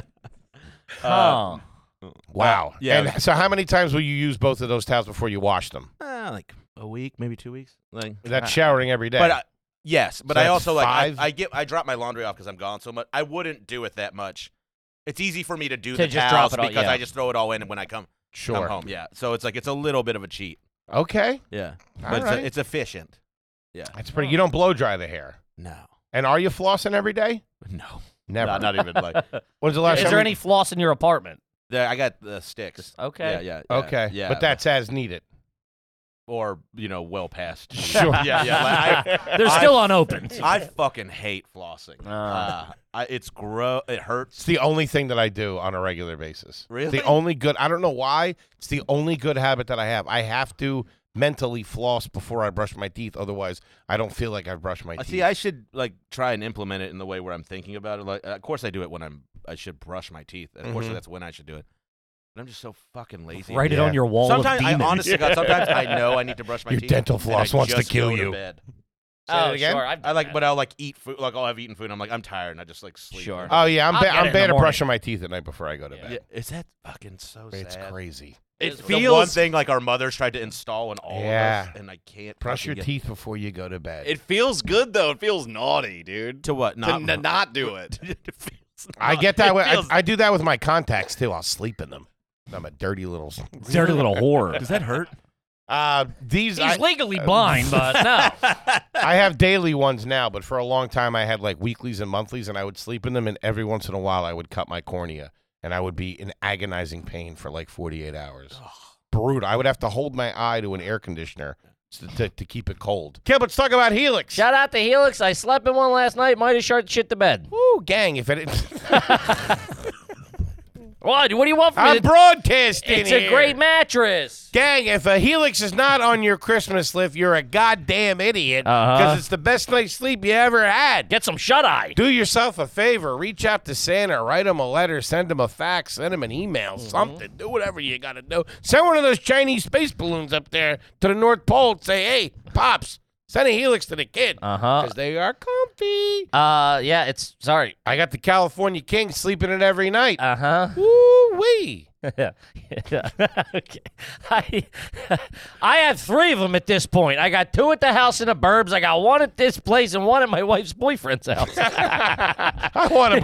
Speaker 5: Uh,
Speaker 1: Huh.
Speaker 2: Wow.
Speaker 5: yeah.
Speaker 2: And so, how many times will you use both of those towels before you wash them?
Speaker 5: uh, like a week, maybe two weeks. Like
Speaker 2: That's
Speaker 5: I-
Speaker 2: showering every day.
Speaker 5: Uh, But I, yes, but
Speaker 2: So
Speaker 5: I
Speaker 2: that's
Speaker 5: also like I,
Speaker 2: five?
Speaker 5: I get I drop my laundry off because I'm gone so much. I wouldn't do it that much. It's easy for me to do
Speaker 1: To
Speaker 5: the
Speaker 1: just
Speaker 5: towels
Speaker 1: drop it all-
Speaker 5: because
Speaker 1: yeah.
Speaker 5: I just throw it all in when I come
Speaker 2: sure.
Speaker 5: come home. Yeah, so it's like it's a little bit of a cheat.
Speaker 2: Okay.
Speaker 5: Yeah,
Speaker 2: All
Speaker 5: but it's,
Speaker 2: right.
Speaker 5: it's efficient.
Speaker 2: That's pretty. You don't blow dry the hair.
Speaker 5: No,
Speaker 2: And are you flossing every day?
Speaker 5: no,
Speaker 2: Never.
Speaker 5: Not, not even like.
Speaker 2: When's the last
Speaker 1: Is
Speaker 2: time?
Speaker 1: there
Speaker 2: you-
Speaker 1: any floss in your apartment?
Speaker 5: There, I got the sticks.
Speaker 1: Okay.
Speaker 5: Yeah, yeah, yeah,
Speaker 2: Okay.
Speaker 5: Yeah,
Speaker 2: But that's as needed.
Speaker 5: or you know, well past.
Speaker 2: Sure.
Speaker 5: yeah, yeah. like, I-
Speaker 1: They're
Speaker 5: I-
Speaker 1: still unopened.
Speaker 5: I, fucking hate flossing.
Speaker 1: Ah.
Speaker 5: Uh, I, it's gross. It hurts.
Speaker 2: It's the only thing that I do on a regular basis.
Speaker 5: Really?
Speaker 2: The only good. I don't know why. It's the only good habit that I have. I have to mentally floss before I brush my teeth. Otherwise, I don't feel like I've brushed my
Speaker 1: Oh,
Speaker 5: Uh,
Speaker 2: teeth.
Speaker 5: See, I should like try and implement it in the way where I'm thinking about it. Like, uh, of course, I do it when I'm. I should brush my teeth. Of course,
Speaker 2: Mhm.
Speaker 5: that's when I should do it. But I'm just so fucking lazy.
Speaker 1: Write it
Speaker 2: Yeah.
Speaker 1: on your wall. of
Speaker 5: Sometimes I
Speaker 1: demons.
Speaker 5: honestly, God, sometimes I know I need to brush my
Speaker 2: Your
Speaker 5: teeth.
Speaker 2: dental
Speaker 5: and
Speaker 2: floss
Speaker 5: I
Speaker 2: wants to
Speaker 5: just
Speaker 2: kill
Speaker 5: go
Speaker 2: you.
Speaker 5: bed.
Speaker 2: Say it
Speaker 1: Oh,
Speaker 2: again?
Speaker 1: sure. I've
Speaker 5: I
Speaker 1: done
Speaker 5: like,
Speaker 1: that.
Speaker 5: but I'll like eat food. Like, oh, I've eaten food. I'm like, I'm tired, and I just like sleep.
Speaker 1: Sure.
Speaker 2: Oh yeah, I'm
Speaker 1: I'll
Speaker 2: ba-
Speaker 1: get it in
Speaker 2: I'm
Speaker 1: the
Speaker 2: bad at
Speaker 1: morning.
Speaker 2: brushing my teeth at night before I go to
Speaker 1: Yeah.
Speaker 2: bed.
Speaker 5: Yeah, is that fucking so
Speaker 2: It's
Speaker 5: sad?
Speaker 2: crazy.
Speaker 5: It's
Speaker 1: It
Speaker 5: the one
Speaker 1: feels-
Speaker 5: thing like our mothers tried to install in all
Speaker 2: Yeah.
Speaker 5: of us, and I can't
Speaker 2: Brush
Speaker 5: fucking
Speaker 2: your
Speaker 5: get-
Speaker 2: teeth before you go to bed.
Speaker 4: It feels good though. It feels naughty, dude.
Speaker 5: to what?
Speaker 4: To
Speaker 5: Not
Speaker 4: n- not do it.
Speaker 5: It feels
Speaker 2: I
Speaker 5: not-
Speaker 2: get that
Speaker 5: it
Speaker 2: way. I,
Speaker 5: feels-
Speaker 2: I do that with my contacts too. I'll sleep in them. I'm a dirty little.
Speaker 1: dirty little whore.
Speaker 5: Does that hurt?
Speaker 2: Uh, these
Speaker 1: He's
Speaker 2: I,
Speaker 1: legally blind, but no.
Speaker 2: I have daily ones now, but for a long time I had like weeklies and monthlies, and I would sleep in them. And every once in a while, I would cut my cornea, and I would be in agonizing pain for like 48 hours. Brutal. I would have to hold my eye to an air conditioner to, to, to keep it cold. Yeah, but let's talk about Helix.
Speaker 1: Shout out to Helix. I slept in one last night. Might have shot shit to bed.
Speaker 2: Woo, gang! If it,
Speaker 1: What? What do you want from me?
Speaker 2: I'm
Speaker 1: It's-
Speaker 2: broadcasting.
Speaker 1: It's a
Speaker 2: here.
Speaker 1: great mattress.
Speaker 2: Gang, if a Helix is not on your Christmas list, you're a goddamn idiot
Speaker 1: Uh-huh.
Speaker 2: because it's the best night's sleep you ever had.
Speaker 1: Get some shut eye.
Speaker 2: Do yourself a favor. Reach out to Santa. Write him a letter. Send him a fax. Send him an email. Something. Do whatever you got to do. Send one of those Chinese space balloons up there to the North Pole and say, hey, Pops, send a Helix to the kid because
Speaker 5: Uh-huh.
Speaker 1: Uh
Speaker 2: they are comfy.
Speaker 1: huh. Uh yeah. It's sorry.
Speaker 2: I got the California King sleeping in every night.
Speaker 1: Uh huh.
Speaker 2: Woo-wee.
Speaker 1: okay. I, I have three of them at this point. I got two at the house in the burbs. I got one at this place and one at my wife's boyfriend's house.
Speaker 2: I want him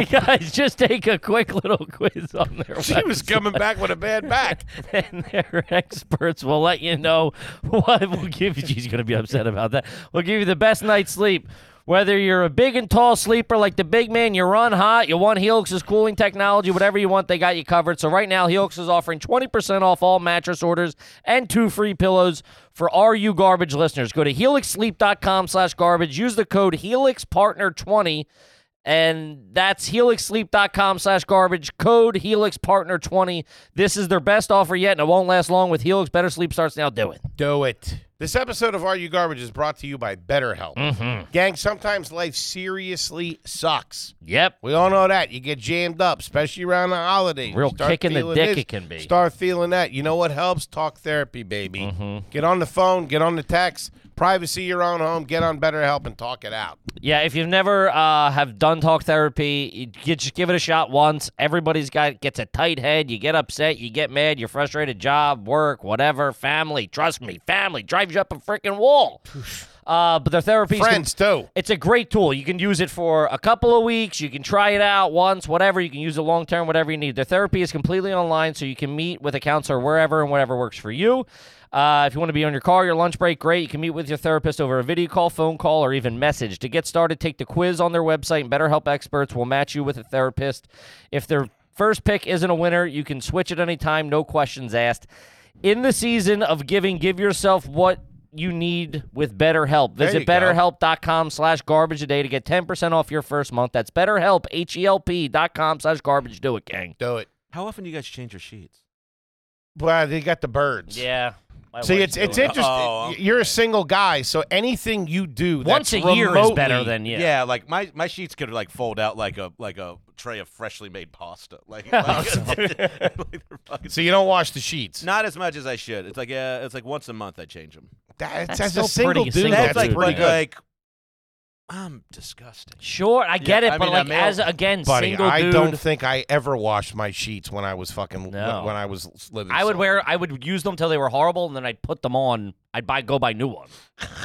Speaker 1: you guys just take a quick little quiz on there.
Speaker 2: she was coming back with a bad back.
Speaker 1: and their experts will let you know what will give you. She's going to be upset about that. Will give you the best night's sleep. Whether you're a big and tall sleeper like the big man, you run hot, you want Helix's cooling technology, whatever you want, they got you covered. So right now, Helix is offering 20% off all mattress orders and two free pillows for RU Garbage listeners. Go to helixsleep.com slash garbage. Use the code HelixPartner20 and that's helixsleep.com slash garbage code helixpartner20 this is their best offer yet and it won't last long with helix better sleep starts now do it
Speaker 2: Do it. This episode of Are You Garbage is brought to you by BetterHelp. Gang, sometimes life seriously sucks.
Speaker 1: yep
Speaker 2: We all know that. You get jammed up, especially around the holidays.
Speaker 1: Real
Speaker 2: You start
Speaker 1: kick in the
Speaker 2: feeling
Speaker 1: dick
Speaker 2: this,
Speaker 1: it can be.
Speaker 2: Start feeling that. You know what helps? Talk therapy, baby.
Speaker 1: Mm-hmm.
Speaker 2: Get on the phone, get on the text, privacy your own home, get on BetterHelp and talk it out.
Speaker 1: yeah if you've never uh, have done talk therapy you, you just give it a shot once everybody's got gets a tight head you get upset you get mad you're frustrated job work whatever family trust me family drives you up a freaking wall uh, but their therapy
Speaker 2: Friends, too.
Speaker 1: It's a great tool. You can use it for a couple of weeks. You can try it out once, whatever. You can use it long term, whatever you need. Their therapy is completely online, so you can meet with a counselor wherever and whatever works for you. Uh, if you want to be on your car, your lunch break, great. You can meet with your therapist over a video call, phone call, or even message. To get started, take the quiz on their website, and BetterHelp experts will match you with a therapist. If their first pick isn't a winner, you can switch at any time, no questions asked. In the season of giving, give yourself what you need with BetterHelp. Visit
Speaker 2: you go.
Speaker 1: BetterHelp betterhelp.com slash garbage a day to get 10% off your first month. That's betterhelp, H-E-L-P dot com slash garbage. Do it, gang.
Speaker 2: Do it.
Speaker 5: How often do you guys change your sheets?
Speaker 2: Well, they got the birds.
Speaker 1: Yeah.
Speaker 2: See, it's it's
Speaker 5: doing it.
Speaker 2: interesting.
Speaker 5: Oh, okay.
Speaker 2: You're a single guy, so anything you do
Speaker 1: Once
Speaker 2: that's
Speaker 1: a year is better
Speaker 2: remotely-
Speaker 1: than, yeah.
Speaker 5: like my, my sheets could like fold out like a like a tray of freshly made pasta. Like,
Speaker 2: Oh,
Speaker 5: like, they're fucking-
Speaker 2: So you don't wash the sheets.
Speaker 5: not as much as I should. It's like uh, it's like once a month I change them.
Speaker 2: That's,
Speaker 1: That's
Speaker 2: as
Speaker 1: still
Speaker 2: a single
Speaker 1: pretty
Speaker 2: dude.
Speaker 1: single,
Speaker 2: that's
Speaker 5: That's
Speaker 1: dude.
Speaker 5: like,
Speaker 2: pretty
Speaker 5: like,
Speaker 2: good.
Speaker 5: like I'm disgusted.
Speaker 1: Sure, I get it,
Speaker 5: Yeah, I
Speaker 1: but
Speaker 5: mean, I
Speaker 1: like
Speaker 5: mean-
Speaker 1: as, again,
Speaker 2: Buddy,
Speaker 1: single
Speaker 2: I
Speaker 1: dude,
Speaker 2: don't think I ever washed my sheets when I was fucking
Speaker 1: No.
Speaker 2: when I was living.
Speaker 1: I would
Speaker 2: solo.
Speaker 1: wear, I would use them till they were horrible, and then I'd put them on, I'd buy, go buy new ones.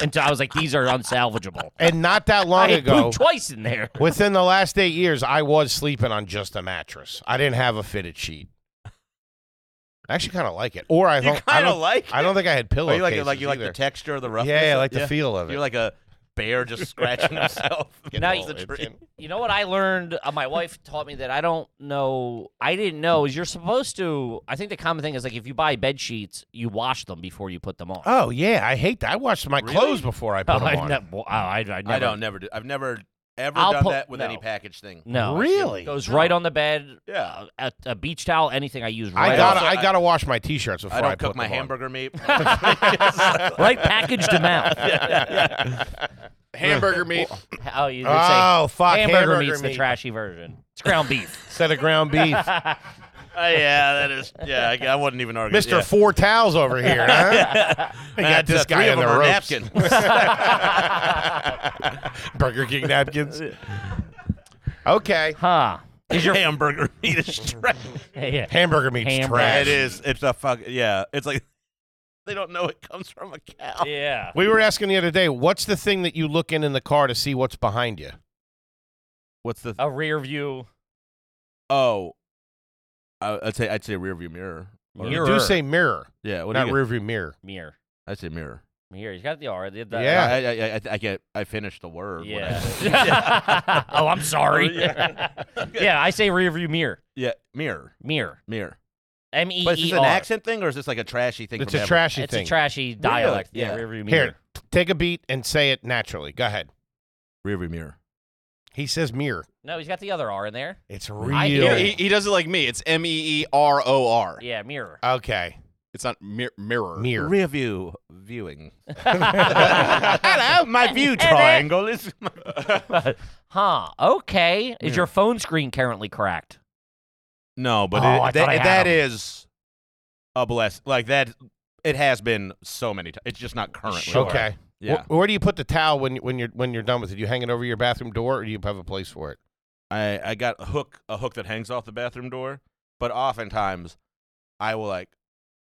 Speaker 1: Until I was like, these are unsalvageable.
Speaker 2: and not that long
Speaker 1: I had
Speaker 2: ago.
Speaker 1: pooped twice in there.
Speaker 2: Within the last eight years, I was sleeping on just a mattress. I didn't have a fitted sheet. I actually kind of like it, or I
Speaker 5: You
Speaker 2: don't. I
Speaker 5: kinda
Speaker 2: don't
Speaker 5: like
Speaker 2: I don't think I had
Speaker 5: Or
Speaker 2: pillowcases
Speaker 5: you like it- like you like the
Speaker 2: either.
Speaker 5: texture of the roughness.
Speaker 2: yeah, I
Speaker 5: of-
Speaker 2: like the feel of it.
Speaker 5: You're like a bear just scratching himself.
Speaker 1: Now
Speaker 5: against
Speaker 1: you-
Speaker 5: the tree.
Speaker 1: You know what I learned? Uh, my wife taught me that I don't know. I didn't know is you're supposed to. I think the common thing is like if you buy bed sheets, you wash them before you put them on.
Speaker 2: oh yeah, I hate that. I washed my
Speaker 5: Really? Oh,
Speaker 2: clothes before I put them
Speaker 1: I've
Speaker 2: on.
Speaker 1: ne- well, I, I, I never,
Speaker 5: I don't never do. I've never ever
Speaker 1: I'll
Speaker 5: done
Speaker 1: put-
Speaker 5: that with any
Speaker 1: no.
Speaker 5: package thing.
Speaker 1: No,
Speaker 2: Really?
Speaker 1: it goes right on the bed.
Speaker 5: Yeah.
Speaker 1: a, a beach towel, anything I use right.
Speaker 2: I
Speaker 5: Right.
Speaker 2: gotta,
Speaker 5: Also,
Speaker 2: I
Speaker 5: I-
Speaker 2: gotta wash my t-shirts before
Speaker 5: I
Speaker 2: I,
Speaker 5: don't
Speaker 2: put
Speaker 5: cook my
Speaker 2: them on.
Speaker 5: hamburger meat.
Speaker 1: off. right packaged amount.
Speaker 4: Hamburger meat.
Speaker 1: Oh, you would say
Speaker 2: Oh fuck,
Speaker 1: hamburger,
Speaker 2: hamburger,
Speaker 1: meat's
Speaker 2: meat
Speaker 1: the trashy version. It's ground beef.
Speaker 2: instead of ground beef.
Speaker 5: Oh, yeah, that is. Yeah, I, I wouldn't even argue.
Speaker 2: Mister Four Towels over here. Huh? I
Speaker 5: Yeah.
Speaker 2: got
Speaker 5: That's, uh,
Speaker 2: this guy
Speaker 5: three
Speaker 2: in
Speaker 5: of
Speaker 2: the
Speaker 5: them are
Speaker 2: ropes.
Speaker 5: napkins.
Speaker 2: Burger King napkins. okay,
Speaker 1: huh?
Speaker 5: is your hamburger meat is trash?
Speaker 1: Yeah.
Speaker 2: hamburger meat's
Speaker 1: Hamburger.
Speaker 2: trash.
Speaker 5: it is. It's a fuck. Yeah, it's like they don't know it comes from a cow.
Speaker 1: Yeah.
Speaker 2: We were asking the other day, what's the thing that you look in in the car to see what's behind you?
Speaker 5: What's the
Speaker 1: A rear view.
Speaker 5: oh? I, I'd say I'd say rear view mirror. Or-
Speaker 1: Mirror.
Speaker 2: You do say mirror,
Speaker 5: Yeah. What
Speaker 2: not
Speaker 5: do you
Speaker 2: rearview mirror.
Speaker 1: Mirror.
Speaker 5: get? I'd say mirror.
Speaker 1: Mirror. He's got the R. the- the-
Speaker 2: Yeah.
Speaker 5: I, I, I, I, I get. I finished the word. when I
Speaker 1: Yeah.
Speaker 5: said-
Speaker 1: oh, I'm sorry. yeah. I say rear view mirror.
Speaker 5: yeah. Mirror.
Speaker 1: Mirror.
Speaker 5: Mirror.
Speaker 1: M E E R.
Speaker 5: But is this an accent thing or is this like a trashy thing?
Speaker 2: It's
Speaker 5: from
Speaker 2: a
Speaker 5: Hamburg-
Speaker 2: trashy
Speaker 1: It's
Speaker 2: thing.
Speaker 1: a trashy dialect. Yeah,
Speaker 5: Yeah.
Speaker 1: rear view mirror.
Speaker 2: Here, t- take a beat and say it naturally. Go ahead.
Speaker 5: rear view mirror.
Speaker 2: He says mirror.
Speaker 1: No, he's got the other R in there.
Speaker 2: It's
Speaker 1: I
Speaker 2: real.
Speaker 1: hear
Speaker 4: He, he does it like me. It's M E E R O R.
Speaker 1: Yeah, mirror.
Speaker 2: Okay,
Speaker 4: It's not mir- mirror.
Speaker 2: mirror.
Speaker 5: Rear view viewing.
Speaker 2: Hello, my
Speaker 5: View
Speaker 1: triangle
Speaker 5: is.
Speaker 1: huh. Okay. Is your phone screen currently cracked?
Speaker 5: no, but
Speaker 1: Oh, I thought
Speaker 5: it, that,
Speaker 1: I had
Speaker 5: that
Speaker 1: 'em.
Speaker 5: is a bless. Like that, it has been so many times. It's just not currently.
Speaker 1: Sure.
Speaker 2: Okay. Wh-
Speaker 5: Yeah.
Speaker 2: Where, do you put the towel when when you're when you're done with it? You hang it over your bathroom door, or do you have a place for it?
Speaker 5: I I got a hook a hook that hangs off the bathroom door, but oftentimes I will like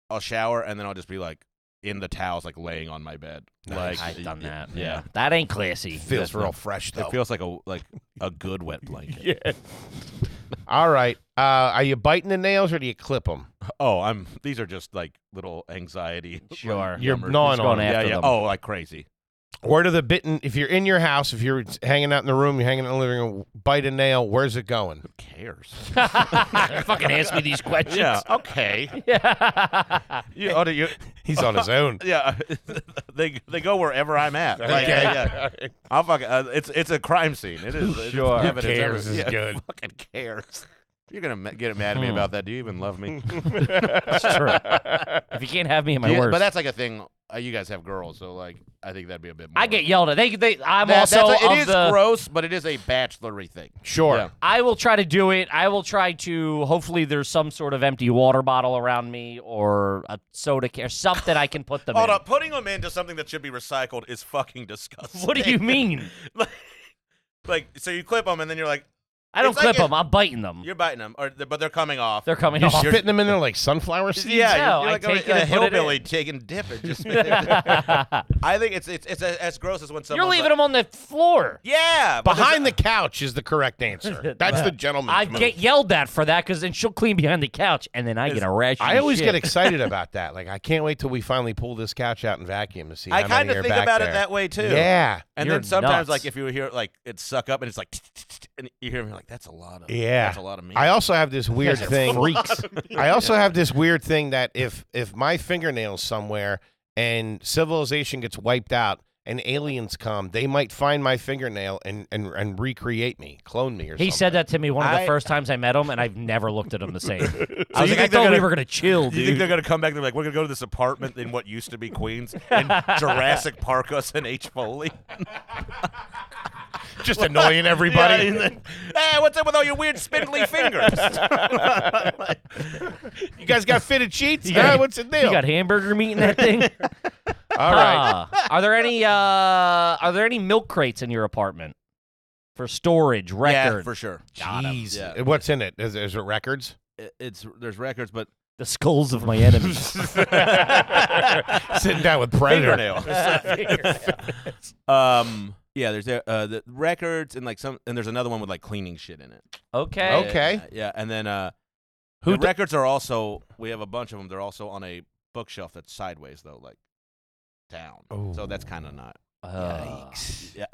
Speaker 5: I'll shower and then I'll just be like in the towels like laying on my bed. Like
Speaker 1: I've done that.
Speaker 5: Yeah.
Speaker 1: That ain't classy.
Speaker 2: Feels
Speaker 5: That's
Speaker 2: real
Speaker 5: not-
Speaker 2: fresh
Speaker 5: It
Speaker 2: though.
Speaker 5: feels like a like a good wet blanket.
Speaker 2: All right. Uh, are you biting the nails or do you clip them?
Speaker 5: Oh, I'm. These are just like little anxiety.
Speaker 1: Sure.
Speaker 5: like,
Speaker 2: You're
Speaker 5: numbers.
Speaker 2: gnawing
Speaker 1: Just going
Speaker 2: on it.
Speaker 5: Yeah,
Speaker 1: after
Speaker 5: yeah.
Speaker 1: them.
Speaker 5: Oh, like crazy.
Speaker 2: Where do the bitten? If you're in your house, if you're hanging out in the room, you're hanging out in the living room, bite a nail. Where's it going?
Speaker 5: Who cares?
Speaker 1: fucking ask me these questions.
Speaker 5: yeah. Okay. you ought to- you-
Speaker 2: He's on his own.
Speaker 5: yeah. they they go wherever I'm at. Like,
Speaker 2: Okay.
Speaker 5: yeah, yeah. I'll fucking. Uh, it's it's a crime scene. It is. it's
Speaker 1: Sure. Who
Speaker 5: evidence everywhere.
Speaker 2: cares is
Speaker 5: Yeah,
Speaker 2: good.
Speaker 5: Who fucking cares? You're gonna ma- get mad at me
Speaker 1: Hmm.
Speaker 5: about that. Do you even love me?
Speaker 1: That's true. If you can't have me at my
Speaker 5: Yeah,
Speaker 1: worst,
Speaker 5: But that's like a thing. Uh, you guys have girls, so like I think that'd be a bit. more
Speaker 1: I get yelled at. They, they, I'm
Speaker 5: That-
Speaker 1: also
Speaker 5: that's a-
Speaker 1: of
Speaker 5: it is
Speaker 1: the.
Speaker 5: gross, but it is a bachelory thing.
Speaker 2: Sure.
Speaker 5: Yeah.
Speaker 1: I will try to do it. I will try to. Hopefully, there's some sort of empty water bottle around me or a soda can or something I can put them
Speaker 5: Hold
Speaker 1: in.
Speaker 5: up, putting them into something that should be recycled is fucking disgusting.
Speaker 1: What do you mean?
Speaker 5: like, like, so you clip them and then you're like,
Speaker 1: I don't
Speaker 5: It's
Speaker 1: clip
Speaker 5: like
Speaker 1: them. I'm biting them.
Speaker 5: you're biting them, or they're- but they're coming off.
Speaker 1: They're coming
Speaker 2: You're
Speaker 1: off.
Speaker 2: spitting them in there like sunflower seeds.
Speaker 1: No,
Speaker 5: yeah, you're,
Speaker 1: I
Speaker 5: you're like a-
Speaker 1: take it
Speaker 5: a,
Speaker 1: and put it in.
Speaker 5: hillbilly taking dip. It just,
Speaker 1: you're
Speaker 5: I think it's it's it's a, as gross as when someone.
Speaker 1: leaving them on the floor.
Speaker 5: Yeah, but there's
Speaker 2: Behind the couch is the correct answer. That's the gentleman.
Speaker 1: I get yelled at for that because then she'll clean behind the couch and then I get a rash.
Speaker 2: I always get excited about that. Like I can't wait till we finally pull this couch out and vacuum to see.
Speaker 5: I
Speaker 2: how
Speaker 5: kind
Speaker 2: many
Speaker 5: of
Speaker 2: are
Speaker 5: think
Speaker 2: back
Speaker 5: about
Speaker 2: there.
Speaker 5: it that way too.
Speaker 2: Yeah.
Speaker 5: and
Speaker 1: You're
Speaker 5: then sometimes
Speaker 1: nuts.
Speaker 5: like if you hear like it suck up and it's like, and you hear me like that's a lot of
Speaker 2: Yeah.
Speaker 5: that's a lot of meat.
Speaker 2: I also have this weird thing. I also have this weird thing that if if my fingernails somewhere and civilization gets wiped out and aliens come, they might find my fingernail and and, and recreate me, clone me or something.
Speaker 1: He said that to me one of the
Speaker 5: I-
Speaker 1: first times I met him, and I've never looked at him the same. I was
Speaker 5: you
Speaker 1: like, I
Speaker 5: think they're
Speaker 1: thought we
Speaker 5: gonna-
Speaker 1: were gonna chill,
Speaker 5: You think
Speaker 1: dude.
Speaker 5: they're gonna come back? They're like, we're gonna go to this apartment in what used to be Queens and Jurassic Park us and H Foley.
Speaker 2: just annoying everybody.
Speaker 5: hey, what's up with all your weird spindly fingers?
Speaker 2: You guys got fitted sheets?
Speaker 1: You got-
Speaker 2: Huh? what's the deal?
Speaker 1: You got hamburger meat in that thing.
Speaker 2: All right.
Speaker 1: Ah. are there any uh, are there any milk crates in your apartment for storage record?
Speaker 5: yeah, for sure.
Speaker 2: Jeez.
Speaker 5: Yeah.
Speaker 2: What's in it? Is, is it records?
Speaker 5: It- It's there's records, but
Speaker 1: the skulls of my enemies.
Speaker 2: Sitting down with Predator.
Speaker 5: um, yeah, there's uh the records and like some and there's another one with like cleaning shit in it.
Speaker 1: okay.
Speaker 2: Oh. Okay.
Speaker 5: Yeah, yeah, and then uh,
Speaker 2: Who
Speaker 5: the
Speaker 2: d-
Speaker 5: records are also we have a bunch of them. They're also on a bookshelf that's sideways though, like down. So that's kind of not.
Speaker 1: Uh,
Speaker 5: Yeah.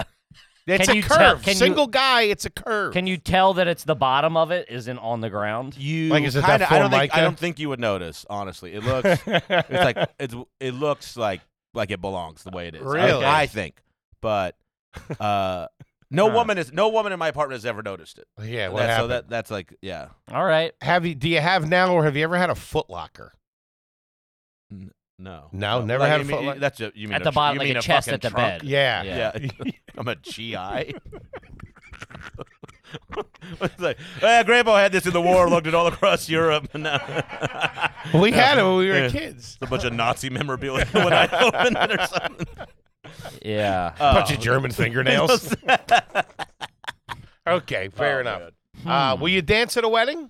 Speaker 2: It's
Speaker 1: Can
Speaker 2: a
Speaker 1: you
Speaker 2: curve.
Speaker 1: tell- can you-
Speaker 2: Single guy, it's a curve.
Speaker 1: can you tell that it's the bottom of it isn't on the ground?
Speaker 5: You
Speaker 2: Like, is it that
Speaker 5: kinda, I don't think
Speaker 2: Formica?
Speaker 5: I don't think you would notice. Honestly, it looks it's like it's it looks like like it belongs the way it is. I-
Speaker 2: Really?
Speaker 5: I, think, but uh, no
Speaker 1: Huh.
Speaker 5: woman is no woman in my apartment has ever noticed it.
Speaker 2: yeah, what
Speaker 5: That- so
Speaker 2: happened?
Speaker 5: that that's like yeah.
Speaker 1: All right.
Speaker 2: have you? Do you have now, or have you ever had a Foot Locker?
Speaker 5: No,
Speaker 2: No, never
Speaker 5: Like,
Speaker 2: had
Speaker 5: you
Speaker 2: a
Speaker 5: mean-
Speaker 2: Foot Locker?
Speaker 5: That's a, you mean
Speaker 1: At
Speaker 5: a
Speaker 1: the
Speaker 5: tr-
Speaker 1: bottom,
Speaker 5: you
Speaker 1: like
Speaker 5: mean
Speaker 1: a
Speaker 5: a
Speaker 1: chest
Speaker 5: fucking
Speaker 1: at the
Speaker 5: trunk?
Speaker 1: bed.
Speaker 2: Yeah.
Speaker 5: Yeah, I'm a GI. it's like, "Eh, Grandpa had this in the war, lugged it all across Europe. and now-
Speaker 2: We had it when we were
Speaker 5: Yeah.
Speaker 2: kids.
Speaker 5: It's a bunch of Nazi memorabilia when I opened it or something. Oh,
Speaker 1: Yeah.
Speaker 5: Uh,
Speaker 2: A bunch of German fingernails. okay, fair
Speaker 5: Oh,
Speaker 2: enough.
Speaker 5: man.
Speaker 1: Hmm.
Speaker 2: Uh, will you dance at a wedding?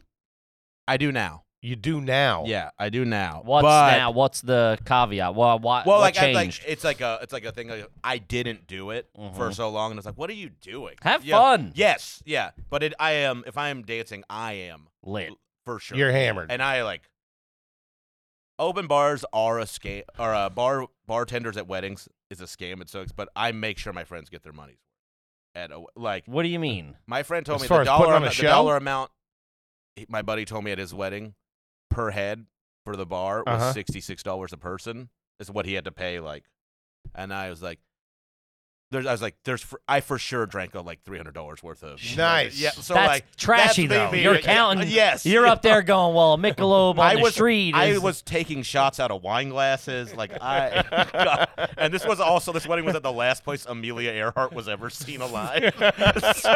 Speaker 5: I do now.
Speaker 2: You do now.
Speaker 5: Yeah, I do now.
Speaker 1: What's
Speaker 5: But-
Speaker 1: now? What's the caveat? Well, why,
Speaker 5: Well,
Speaker 1: what
Speaker 5: like, I,
Speaker 1: changed?
Speaker 5: like it's like a it's like a thing. Like, I didn't do it for
Speaker 1: Mhm.
Speaker 5: so long, and it's like, what are you doing?
Speaker 1: Have
Speaker 5: Yeah.
Speaker 1: fun.
Speaker 5: Yes, yeah. But it, I am. If I am dancing, I am
Speaker 1: Lit.
Speaker 5: for sure.
Speaker 2: You're hammered.
Speaker 5: and I like open bars are a scam or uh, bar bartenders at weddings is a scam. It sucks, but I make sure my friends get their money's worth. At a, like
Speaker 1: What do you mean?
Speaker 5: my friend told
Speaker 2: As
Speaker 5: me
Speaker 2: far
Speaker 5: the
Speaker 2: as putting on
Speaker 5: dollar
Speaker 2: a
Speaker 5: amount, the
Speaker 2: show?
Speaker 5: dollar amount. he- my buddy told me at his wedding per head for the bar was
Speaker 2: Uh-huh.
Speaker 5: sixty six dollars a person is what he had to pay. Like, and I was like. There's, I was like, there's, fr- I for sure drank uh, like three hundred dollars worth of.
Speaker 2: Nice.
Speaker 5: Yeah. So
Speaker 1: that's
Speaker 5: like,
Speaker 1: trashy
Speaker 5: that's me
Speaker 1: though.
Speaker 5: being-
Speaker 1: You're
Speaker 5: yeah,
Speaker 1: counting.
Speaker 5: Yes.
Speaker 1: You're up there going, well, Michelob on
Speaker 5: I
Speaker 1: the
Speaker 5: was-
Speaker 1: street.
Speaker 5: I
Speaker 1: is-
Speaker 5: was taking shots out of wine glasses, like I. God. And this was also this wedding was at the last place Amelia Earhart was ever seen alive. So,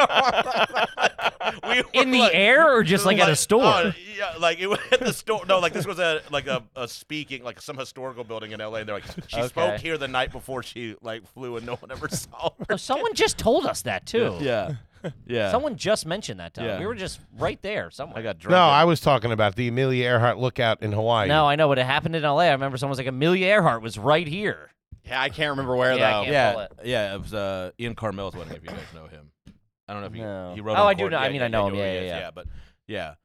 Speaker 5: we were
Speaker 1: in the
Speaker 5: like-
Speaker 1: air or just like at a
Speaker 5: like,
Speaker 1: store.
Speaker 5: oh, yeah, like it was at the store. No, like this was a like a, a speaking like some historical building in L.A. And they're like she spoke
Speaker 1: Okay.
Speaker 5: here the night before she like flew and no one ever saw her.
Speaker 1: Oh, Someone just told us that too.
Speaker 5: Yeah, yeah.
Speaker 1: Someone just mentioned that time.
Speaker 5: Yeah.
Speaker 1: We were just right there somewhere.
Speaker 5: I got drunk.
Speaker 2: No,
Speaker 5: and-
Speaker 2: I was talking about the Amelia Earhart lookout in Hawaii.
Speaker 1: no, I know, but it happened in L.A. I remember someone was like, Amelia Earhart was right here.
Speaker 4: Yeah, I can't remember where
Speaker 1: Yeah, I
Speaker 4: though.
Speaker 1: can't. pull
Speaker 5: yeah,
Speaker 1: it.
Speaker 5: yeah. It was uh, Ian Carmel's wedding. If you guys know him, I don't know if you
Speaker 1: No.
Speaker 5: he wrote.
Speaker 1: Oh,
Speaker 5: on
Speaker 1: I do
Speaker 5: Court-
Speaker 1: know- I
Speaker 5: yeah,
Speaker 1: mean,
Speaker 5: yeah,
Speaker 1: I know
Speaker 5: you
Speaker 1: him.
Speaker 5: who he
Speaker 1: Yeah,
Speaker 5: is,
Speaker 1: yeah, yeah.
Speaker 5: but yeah,
Speaker 2: That is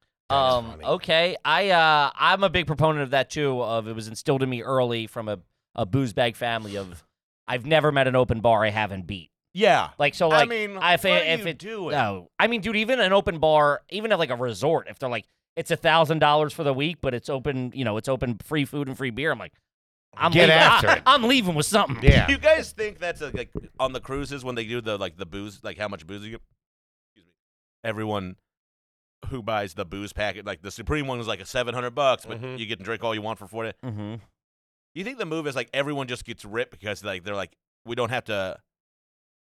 Speaker 1: Um,
Speaker 2: funny.
Speaker 1: okay, I uh, I'm a big proponent of that too. Of it was instilled in me early from a, a booze bag family of I've never met an open bar I haven't beat.
Speaker 5: Yeah.
Speaker 1: Like so, like
Speaker 5: I mean,
Speaker 1: I- if
Speaker 5: what
Speaker 1: it,
Speaker 5: are
Speaker 1: if
Speaker 5: you
Speaker 1: it,
Speaker 5: doing?
Speaker 1: no, I mean, dude, even an open bar, even at like a resort, if they're like it's a thousand dollars for the week, but it's open, you know, it's open free food and free beer. I'm like, I'm
Speaker 2: Get
Speaker 1: leaving,
Speaker 2: after
Speaker 1: I,
Speaker 2: it.
Speaker 1: am leaving with something.
Speaker 2: Yeah.
Speaker 5: Do you guys think that's a, like on the cruises when they do the like the booze, like how much booze you get? Excuse me. Everyone who buys the booze packet, like the Supreme one was like a seven hundred bucks, but
Speaker 2: Mhm.
Speaker 5: you get to drink all you want for forty.
Speaker 1: Mm-hmm.
Speaker 5: You think the move is like everyone just gets ripped because like they're like we don't have to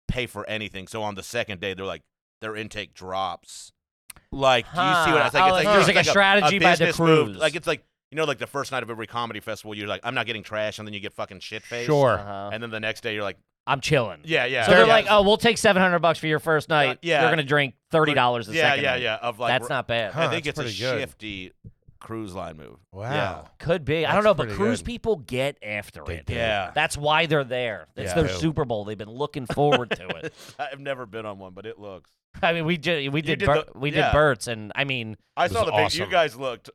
Speaker 5: pay for anything. So on the second day, they're like their intake drops. Like, do you see what I was like?
Speaker 1: Huh. Oh,
Speaker 5: it's like
Speaker 1: there's like a strategy by the
Speaker 5: business move.
Speaker 1: cruise.
Speaker 5: Like it's like you know, like the first night of every comedy festival, you're like, I'm not getting trash, and then you get fucking shit faced.
Speaker 2: Sure.
Speaker 1: Uh-huh.
Speaker 5: And then the next day, you're like,
Speaker 1: I'm chilling.
Speaker 5: yeah, yeah.
Speaker 1: So they're
Speaker 5: yeah.
Speaker 1: like, oh, we'll take seven hundred bucks for your first night.
Speaker 5: yeah.
Speaker 1: You're gonna drink thirty dollars a
Speaker 5: yeah,
Speaker 1: second.
Speaker 5: yeah,
Speaker 1: night.
Speaker 5: yeah. Of like,
Speaker 1: That's not bad.
Speaker 2: Huh,
Speaker 5: I think
Speaker 2: that's
Speaker 5: it's a
Speaker 2: pretty good.
Speaker 5: shifty cruise line move.
Speaker 2: Wow.
Speaker 1: Could be. I
Speaker 2: That's
Speaker 1: don't know, but
Speaker 2: pretty
Speaker 1: cruise
Speaker 2: good.
Speaker 1: people get after
Speaker 2: They
Speaker 1: it.
Speaker 2: do.
Speaker 5: Yeah.
Speaker 1: That's why they're there. It's
Speaker 2: Yeah.
Speaker 1: their
Speaker 2: True.
Speaker 1: Super Bowl. They've been looking forward to it.
Speaker 5: I've never been on one, but it looks.
Speaker 1: I mean, we did we did,
Speaker 5: did
Speaker 1: Bur-
Speaker 5: the-
Speaker 1: we
Speaker 5: yeah.
Speaker 1: did Burt's, and I mean,
Speaker 5: I
Speaker 2: It
Speaker 5: saw
Speaker 2: was
Speaker 5: the picture. You
Speaker 2: awesome.
Speaker 5: guys looked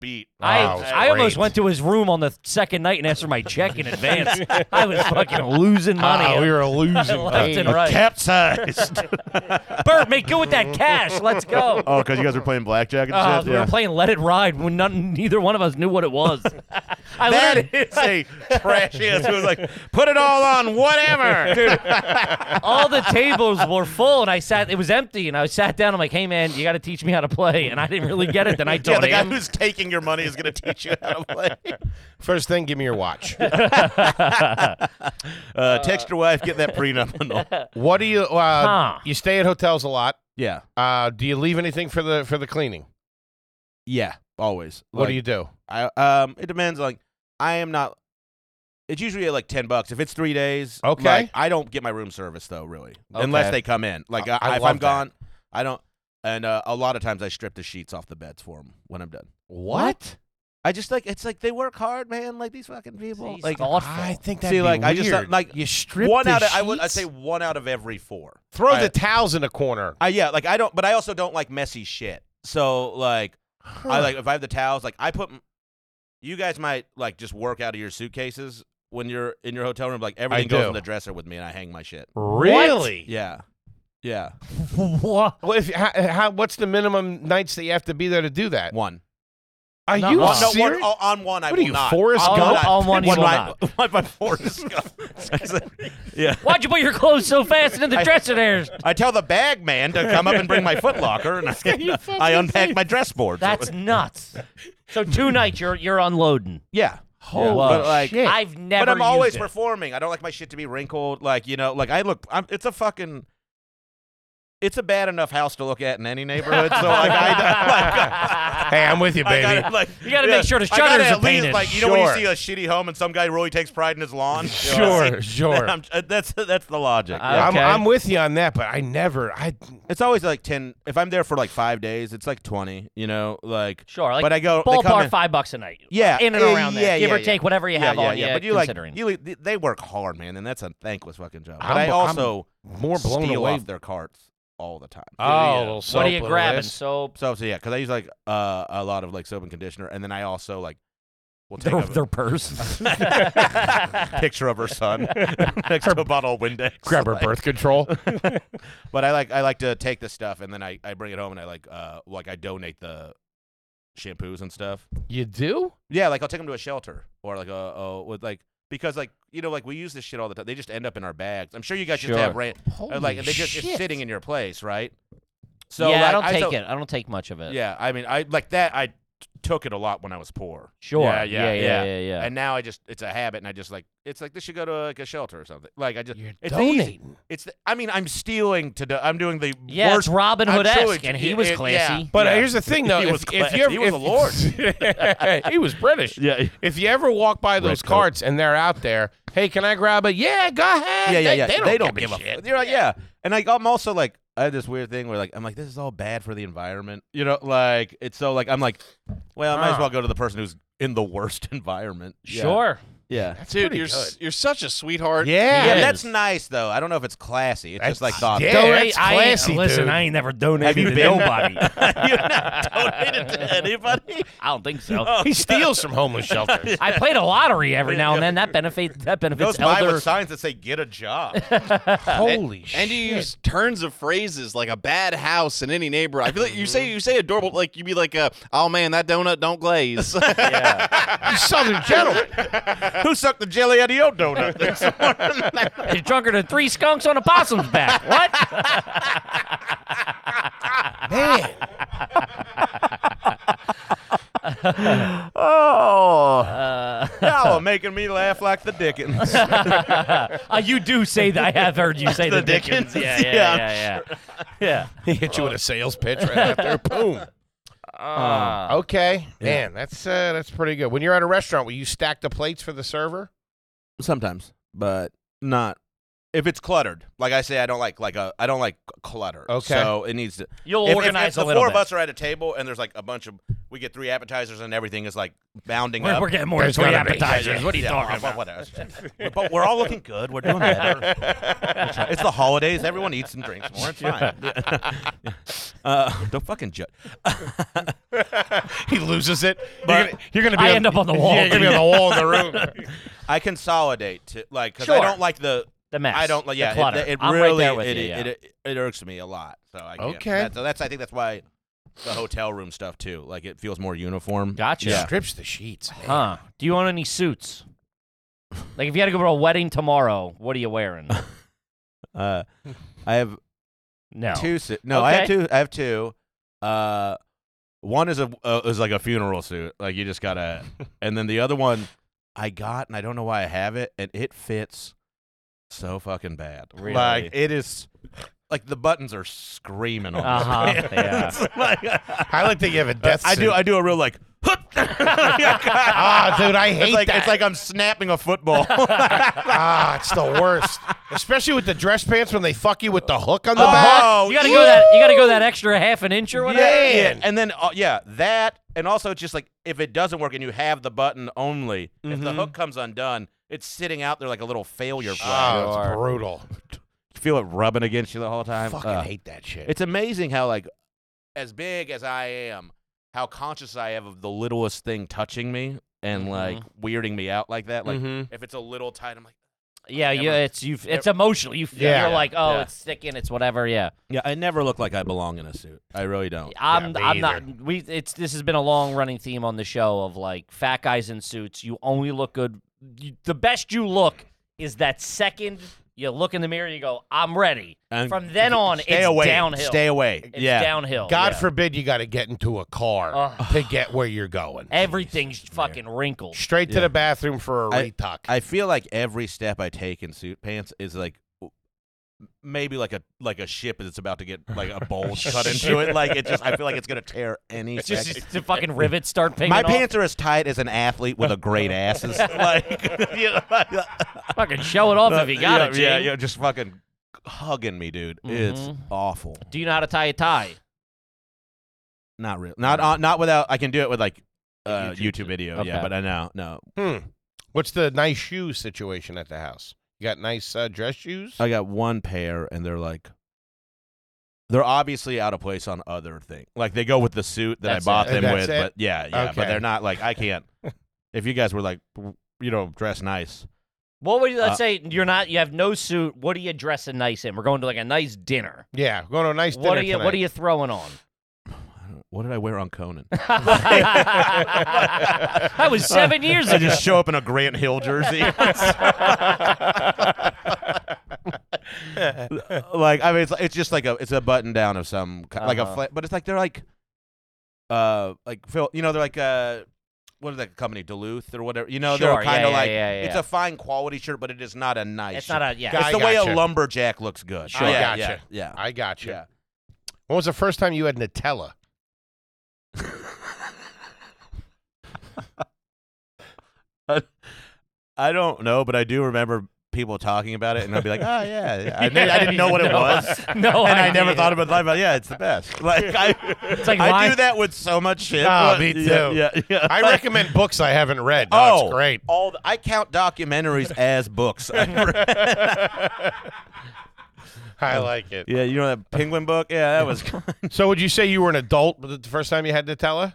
Speaker 5: beat.
Speaker 1: I
Speaker 2: Wow, it was
Speaker 1: I almost
Speaker 2: great.
Speaker 1: went to his room on the second night and asked for my check in advance. I was fucking losing money.
Speaker 2: Ah, we were losing.
Speaker 1: Left and right.
Speaker 6: Capsized.
Speaker 1: Bert, mate, go with that cash. Let's go.
Speaker 6: oh, because you guys were playing blackjack and
Speaker 1: Uh,
Speaker 6: shit.
Speaker 1: we
Speaker 6: yeah.
Speaker 1: were playing Let It Ride when none, neither one of us knew what it was. I literally-
Speaker 6: that is a trash ass. It was like, put it all on, whatever.
Speaker 1: all the tables were full, and I sat. It was empty, and I sat down. I'm like, "Hey, man, you got to teach me how to play." And I didn't really get it. Then I
Speaker 5: yeah,
Speaker 1: told
Speaker 5: the guy
Speaker 1: him.
Speaker 5: who's taking your money is going to teach you how to play.
Speaker 2: First thing, give me your watch.
Speaker 5: Uh, text your wife, get that prenup. and all.
Speaker 2: what do you?
Speaker 5: Um,
Speaker 2: Uh,
Speaker 1: Huh.
Speaker 2: You stay at hotels a lot.
Speaker 5: yeah,
Speaker 2: Uh, do you leave anything for the for the cleaning?
Speaker 5: yeah, always.
Speaker 2: what do you do?
Speaker 5: I um, it depends. Like, I am not. It's usually like ten bucks if it's three days.
Speaker 2: Okay.
Speaker 5: like, I don't get my room service though, really, unless
Speaker 2: Okay.
Speaker 5: they come in. Like,
Speaker 2: I-
Speaker 5: I,
Speaker 2: I
Speaker 5: if
Speaker 2: love
Speaker 5: I'm
Speaker 2: that.
Speaker 5: gone, I don't. And uh, a lot of times I strip the sheets off the beds for them when I'm done.
Speaker 2: What?
Speaker 5: I just like it's like they work hard, man. Like these fucking people.
Speaker 1: He's
Speaker 5: like
Speaker 1: thoughtful.
Speaker 2: think
Speaker 5: see, like I just
Speaker 2: weird.
Speaker 5: like
Speaker 6: you strip
Speaker 5: one
Speaker 6: the
Speaker 5: out. Of, I would I
Speaker 6: sheets?
Speaker 5: say one out of every four.
Speaker 2: throw
Speaker 5: I-
Speaker 2: the towels in the corner.
Speaker 5: I yeah, like I don't, but I also don't like messy shit. So like, I like if I have the towels, like I put. m- You guys might like just work out of your suitcases when you're in your hotel room. Like everything goes
Speaker 2: do.
Speaker 5: in the dresser with me, and I hang my shit.
Speaker 2: Really?
Speaker 5: Yeah, yeah.
Speaker 1: What?
Speaker 2: Well, if how, how, what's the minimum nights that you have to be there to do that?
Speaker 5: One.
Speaker 2: Are
Speaker 1: No,
Speaker 2: you
Speaker 1: one-
Speaker 5: no,
Speaker 2: serious?
Speaker 5: one oh, on- on one. I
Speaker 2: What are
Speaker 5: will
Speaker 2: you,
Speaker 5: not.
Speaker 2: Forrest
Speaker 5: on
Speaker 1: Gump?
Speaker 5: I-
Speaker 1: On one, you will
Speaker 5: I- One by Forrest Gump. It's like- yeah.
Speaker 1: Why'd you put your clothes so fast into the dresser there?
Speaker 5: I tell the bag man to come up and bring my footlocker, and I, I unpack my dress board.
Speaker 1: That's nuts. So two nights you're you're unloading.
Speaker 5: yeah.
Speaker 1: Holy
Speaker 5: But, like,
Speaker 1: shit! I've never.
Speaker 5: but I'm
Speaker 1: used
Speaker 5: always
Speaker 1: it.
Speaker 5: performing. I don't like my shit to be wrinkled. Like you know, like I look. I'm, it's a fucking. It's a bad enough house to look at in any neighborhood. So like I. Like,
Speaker 2: Hey, I'm with you,
Speaker 5: I
Speaker 2: baby.
Speaker 5: gotta, like,
Speaker 1: You gotta make sure the
Speaker 5: I gotta
Speaker 1: shutters
Speaker 5: at
Speaker 1: are painted.
Speaker 5: Least, like you know when you
Speaker 2: Sure.
Speaker 5: see a shitty home and some guy really takes pride in his lawn.
Speaker 2: Sure, sure.
Speaker 5: I'm, uh, that's that's the logic.
Speaker 1: Uh,
Speaker 5: yeah.
Speaker 2: I'm,
Speaker 1: Okay.
Speaker 2: I'm with you on that, but I never. I
Speaker 5: It's always like ten. If I'm there for like five days, it's like twenty. You know, like
Speaker 1: Sure, like
Speaker 5: but I go they come
Speaker 1: ballpark
Speaker 5: in-
Speaker 1: five bucks a night.
Speaker 5: Yeah,
Speaker 1: in and
Speaker 5: uh,
Speaker 1: around
Speaker 5: yeah,
Speaker 1: that, give
Speaker 5: yeah,
Speaker 1: or
Speaker 5: yeah.
Speaker 1: take whatever you have
Speaker 5: yeah,
Speaker 1: on
Speaker 5: yeah,
Speaker 1: you.
Speaker 5: But you
Speaker 1: considering.
Speaker 5: like you, li- they work hard, man, and that's a thankless fucking job. But
Speaker 2: I'm-
Speaker 5: i
Speaker 2: I'm
Speaker 5: also
Speaker 2: more blown
Speaker 5: steal
Speaker 2: away.
Speaker 5: off their carts all the time.
Speaker 2: oh,
Speaker 1: what are you grabbing? Soap.
Speaker 5: So so yeah, because I use like uh, a lot of like soap and conditioner, and then I also like will take
Speaker 1: Their,
Speaker 5: a
Speaker 1: their purse.
Speaker 5: picture of her son next to a bottle of Windex.
Speaker 2: Grab her
Speaker 5: Like,
Speaker 2: birth control.
Speaker 5: But I like I like to take the stuff and then I, I bring it home and I like uh like I donate the shampoos and stuff.
Speaker 2: you do?
Speaker 5: Yeah, like I'll take them to a shelter or like a, a with like because like you know like we use this shit all the time. They just end up in our bags. I'm sure you guys just have ran,
Speaker 2: Holy
Speaker 5: uh, like they just it's
Speaker 2: shit.
Speaker 5: sitting in your place, right? So
Speaker 1: yeah,
Speaker 5: like,
Speaker 1: I don't take
Speaker 5: so-
Speaker 1: it. I don't take much of it.
Speaker 5: Yeah, I mean I like that. I t- took it a lot when I was poor.
Speaker 1: Sure.
Speaker 5: Yeah,
Speaker 1: yeah,
Speaker 5: yeah,
Speaker 1: yeah.
Speaker 5: yeah.
Speaker 1: yeah, yeah.
Speaker 5: And now I just it's a habit, and I just like it's like this should go to like a shelter or something. Like I just
Speaker 2: You're
Speaker 5: it's easy.
Speaker 2: donating.
Speaker 5: It's the, I mean I'm stealing to do, I'm doing the
Speaker 1: Yeah,
Speaker 5: worst
Speaker 1: it's Robin
Speaker 5: I'm
Speaker 1: Hood esque,
Speaker 5: truly-
Speaker 1: and he
Speaker 5: it-
Speaker 1: was
Speaker 5: it-
Speaker 1: classy.
Speaker 5: yeah.
Speaker 2: But uh,
Speaker 5: Yeah.
Speaker 2: here's the thing, though.
Speaker 5: He
Speaker 2: if,
Speaker 5: was
Speaker 2: if
Speaker 5: classy.
Speaker 2: you ever,
Speaker 5: He was
Speaker 2: a lord. he was British.
Speaker 5: Yeah.
Speaker 2: If you ever walk by those
Speaker 5: coat.
Speaker 2: carts and they're out there, hey, can I grab a? Yeah, go ahead.
Speaker 5: yeah, yeah,
Speaker 2: They-
Speaker 5: yeah.
Speaker 2: They don't, give, a shit.
Speaker 5: fuck. You're like, yeah. And like, I'm also like, I have this weird thing where like, I'm like, this is all bad for the environment. You know, like it's so like, I'm like, well, I might as
Speaker 2: Ah.
Speaker 5: well go to the person who's in the worst environment. Yeah.
Speaker 1: Sure.
Speaker 6: Yeah.
Speaker 2: That's
Speaker 4: Dude,
Speaker 2: pretty
Speaker 4: you're
Speaker 2: good.
Speaker 4: s- you're such a sweetheart.
Speaker 2: Yeah.
Speaker 5: Yeah,
Speaker 1: Yes.
Speaker 5: that's nice though. I don't know if it's classy. It's
Speaker 2: That's-
Speaker 5: just like thought.
Speaker 2: yeah.
Speaker 1: Donate.
Speaker 2: that's
Speaker 1: I ain't-
Speaker 2: classy,
Speaker 1: listen,
Speaker 2: dude.
Speaker 1: I ain't never donated
Speaker 6: Have you
Speaker 1: to
Speaker 6: been-
Speaker 1: nobody.
Speaker 6: You're not donated to anybody.
Speaker 1: I don't think so.
Speaker 2: He steals from homeless shelters.
Speaker 1: I play the lottery every now and then. That benefits that benefits
Speaker 5: Goes by
Speaker 1: elder.
Speaker 5: with signs that say "Get a job."
Speaker 2: Holy shit!
Speaker 4: And you use turns of phrases like a bad house in any neighborhood. I feel like you say
Speaker 5: Mm-hmm.
Speaker 4: you say adorable, like you'd be like, uh, "Oh man, that donut don't glaze."
Speaker 2: You southern gentleman.
Speaker 5: Who sucked the jelly out of your donut? this morning?
Speaker 1: You're drunker than three skunks on a possum's back. What?
Speaker 2: Man,
Speaker 5: oh,
Speaker 1: Uh,
Speaker 5: y'all are making me laugh like the Dickens.
Speaker 1: uh, you do say that. I have heard you say the, Dickens. Yeah, yeah, yeah, yeah. yeah.
Speaker 2: he hit you with a sales pitch right after. Boom.
Speaker 1: Uh,
Speaker 2: Okay, man, that's uh, that's pretty good. When you're at a restaurant, will you stack the plates for the server?
Speaker 5: Sometimes, but not if it's cluttered. Like I say, I don't like like a I don't like clutter.
Speaker 2: Okay.
Speaker 5: so it needs to.
Speaker 1: You'll
Speaker 5: If- if-
Speaker 1: organize a
Speaker 5: if the
Speaker 1: little
Speaker 5: four
Speaker 1: bit.
Speaker 5: of us are at a table and there's like a bunch of we get three appetizers and everything is like bounding
Speaker 1: we're,
Speaker 5: up.
Speaker 1: we're getting more than
Speaker 2: There's
Speaker 1: three
Speaker 2: gotta be.
Speaker 1: appetizers. What are you
Speaker 5: Yeah,
Speaker 1: talking
Speaker 5: well,
Speaker 1: about?
Speaker 5: whatever. We're- but we're all looking good. We're doing better. it's the holidays. Everyone eats and drinks more. It's fine. uh, don't fucking judge.
Speaker 2: He loses it.
Speaker 5: But-
Speaker 2: you're, gonna, you're gonna be.
Speaker 1: I
Speaker 2: on,
Speaker 1: end up on the wall.
Speaker 2: Yeah, you're gonna be on the wall in the room.
Speaker 5: I consolidate to like because I
Speaker 1: Sure.
Speaker 5: don't like the
Speaker 1: The mess.
Speaker 5: I don't like yeah.
Speaker 1: the clutter.
Speaker 5: It, it
Speaker 1: I'm right
Speaker 5: really
Speaker 1: there with
Speaker 5: it,
Speaker 1: you,
Speaker 5: it,
Speaker 1: yeah.
Speaker 5: it, it irks me a lot. So I can't.
Speaker 2: Okay.
Speaker 5: That- so that's I think that's why the hotel room stuff too. Like it feels more uniform.
Speaker 1: Gotcha.
Speaker 5: Yeah.
Speaker 2: Strips the sheets. man.
Speaker 1: Huh? Do you own any suits? Like, if you had to go to a wedding tomorrow, what are you wearing?
Speaker 5: Uh, I have
Speaker 1: No.
Speaker 5: two. Su- no, I have
Speaker 1: Okay.
Speaker 5: two. I have two. Uh, one is a uh, is like a funeral suit. Like you just gotta, and then the other one I got, and I don't know why I have it, and it fits so fucking bad.
Speaker 1: Really?
Speaker 5: Like it is, like the buttons are screaming on.
Speaker 1: Uh
Speaker 5: this
Speaker 1: huh.
Speaker 5: man.
Speaker 1: Yeah.
Speaker 5: It's like-
Speaker 2: I like that you have a death.
Speaker 5: I do.
Speaker 2: suit.
Speaker 5: I do a real like.
Speaker 2: ah, dude, I hate
Speaker 5: it's like
Speaker 2: that.
Speaker 5: it's like I'm snapping a football.
Speaker 2: ah, it's the worst. Especially with the dress pants when they fuck you with the hook on the back.
Speaker 5: oh,
Speaker 1: You gotta go that. You gotta go that extra half an inch or whatever.
Speaker 5: Yeah, yeah,
Speaker 2: Man.
Speaker 5: and then uh, yeah, that, and also it's just like if it doesn't work and you have the button only, if the hook comes undone, it's sitting out there like a little failure flag.
Speaker 2: Oh, it's brutal.
Speaker 5: You feel it rubbing against you the whole
Speaker 2: I uh,
Speaker 5: time.
Speaker 2: fucking
Speaker 5: Ugh.
Speaker 2: hate that shit.
Speaker 5: It's amazing how like as big as I am, how conscious I am of the littlest thing touching me and like weirding me out like that. Like if it's a little tight, I'm like,
Speaker 1: Yeah,
Speaker 5: Never.
Speaker 1: you, it's you. It's emotional. You feel
Speaker 2: Yeah.
Speaker 1: you're like, oh,
Speaker 5: Yeah.
Speaker 1: it's sticking. It's whatever. Yeah,
Speaker 5: yeah, I never look like I belong in a suit. I really don't.
Speaker 1: I'm.
Speaker 2: me
Speaker 1: I'm not. We. It's. This has been a long running theme on the show of like fat guys in suits. You only look good. You, the best you look is that second you look in the mirror. You go, I'm ready.
Speaker 5: And
Speaker 1: From then on,
Speaker 5: stay
Speaker 1: it's
Speaker 5: away.
Speaker 1: downhill.
Speaker 5: Stay away.
Speaker 1: It's
Speaker 5: yeah.
Speaker 1: downhill.
Speaker 2: God
Speaker 1: yeah.
Speaker 2: forbid you got to get into a car
Speaker 1: Ugh.
Speaker 2: to get where you're going.
Speaker 1: Everything's fucking wrinkled.
Speaker 2: Straight to
Speaker 5: Yeah.
Speaker 2: the bathroom for a
Speaker 5: I-
Speaker 2: retuck.
Speaker 5: I feel like every step I take in suit pants is like w- maybe like a like a ship that's about to get like a bulge cut into it. Like it just I feel like it's gonna tear any.
Speaker 1: It's just
Speaker 5: second.
Speaker 1: the fucking rivets start pinging.
Speaker 5: my
Speaker 1: off.
Speaker 5: pants are as tight as an athlete with a great ass. It's like you know,
Speaker 1: Fucking show it off if you got
Speaker 5: yeah,
Speaker 1: it.
Speaker 5: yeah,
Speaker 1: Gene.
Speaker 5: yeah, just fucking hugging me, dude. It's
Speaker 1: Mhm.
Speaker 5: awful.
Speaker 1: Do you know how to tie a tie?
Speaker 5: Not real. Not on not without. I can do it with like uh,
Speaker 1: YouTube
Speaker 5: YouTube, video.
Speaker 1: Okay.
Speaker 5: Yeah, but I know no.
Speaker 2: Hmm. What's the nice shoe situation at the house? You got nice uh, dress shoes?
Speaker 5: I got one pair, and they're like, they're obviously out of place on other things. Like they go with the suit that
Speaker 1: That's
Speaker 5: I bought
Speaker 2: it.
Speaker 5: them
Speaker 2: That's
Speaker 5: with,
Speaker 2: it?
Speaker 5: but yeah, yeah,
Speaker 2: Okay.
Speaker 5: but they're not like I can't. if you guys were like, you know, dress nice,
Speaker 1: What would you, let's
Speaker 5: Uh,
Speaker 1: say you're not you have no suit? What are you dressing nice in? We're going to like a nice dinner.
Speaker 2: yeah, going to a nice
Speaker 1: what
Speaker 2: dinner
Speaker 1: are you
Speaker 2: tonight.
Speaker 1: What are you throwing on?
Speaker 5: what did I wear on Conan?
Speaker 1: that was seven years
Speaker 5: I
Speaker 1: ago.
Speaker 5: just show up in a Grant Hill jersey. like I mean, it's, it's just like a it's a button down of some kind, like a
Speaker 1: Uh-huh.
Speaker 5: fla- but it's like they're like, uh, like Phil, you know, they're like uh, what is that company Duluth or whatever? You know,
Speaker 1: Sure,
Speaker 5: they're kind
Speaker 1: yeah,
Speaker 5: of
Speaker 1: yeah,
Speaker 5: like
Speaker 1: yeah, yeah,
Speaker 5: it's
Speaker 1: yeah.
Speaker 5: a fine quality shirt, but it is not a nice.
Speaker 1: It's not
Speaker 5: shirt.
Speaker 1: a yeah.
Speaker 2: Guy-
Speaker 5: It's
Speaker 2: I
Speaker 5: the way
Speaker 2: gotcha.
Speaker 5: a lumberjack looks good.
Speaker 2: Sure. I
Speaker 5: yeah,
Speaker 2: gotcha.
Speaker 5: yeah, yeah.
Speaker 2: I got you.
Speaker 5: Yeah.
Speaker 2: When was the first time you had Nutella?
Speaker 5: I don't know, but I do remember people talking about it, and I'd be like, oh yeah, yeah. I, didn't- I didn't know what it
Speaker 1: No,
Speaker 5: was,
Speaker 1: no
Speaker 5: and I never
Speaker 1: idea.
Speaker 5: thought about life. But yeah, it's the best. Like I,
Speaker 1: It's like
Speaker 5: I
Speaker 1: lying-
Speaker 5: do that with so much shit.
Speaker 2: Ah,
Speaker 5: but-
Speaker 2: me
Speaker 5: yeah,
Speaker 2: too.
Speaker 5: Yeah, yeah.
Speaker 2: I recommend books I haven't read. No,
Speaker 5: Oh,
Speaker 2: it's great.
Speaker 5: All the, I count documentaries as books. I've read.
Speaker 2: I like it.
Speaker 5: yeah, you know that penguin book? Yeah, that was
Speaker 2: So, would you say you were an adult the the first time you had Nutella?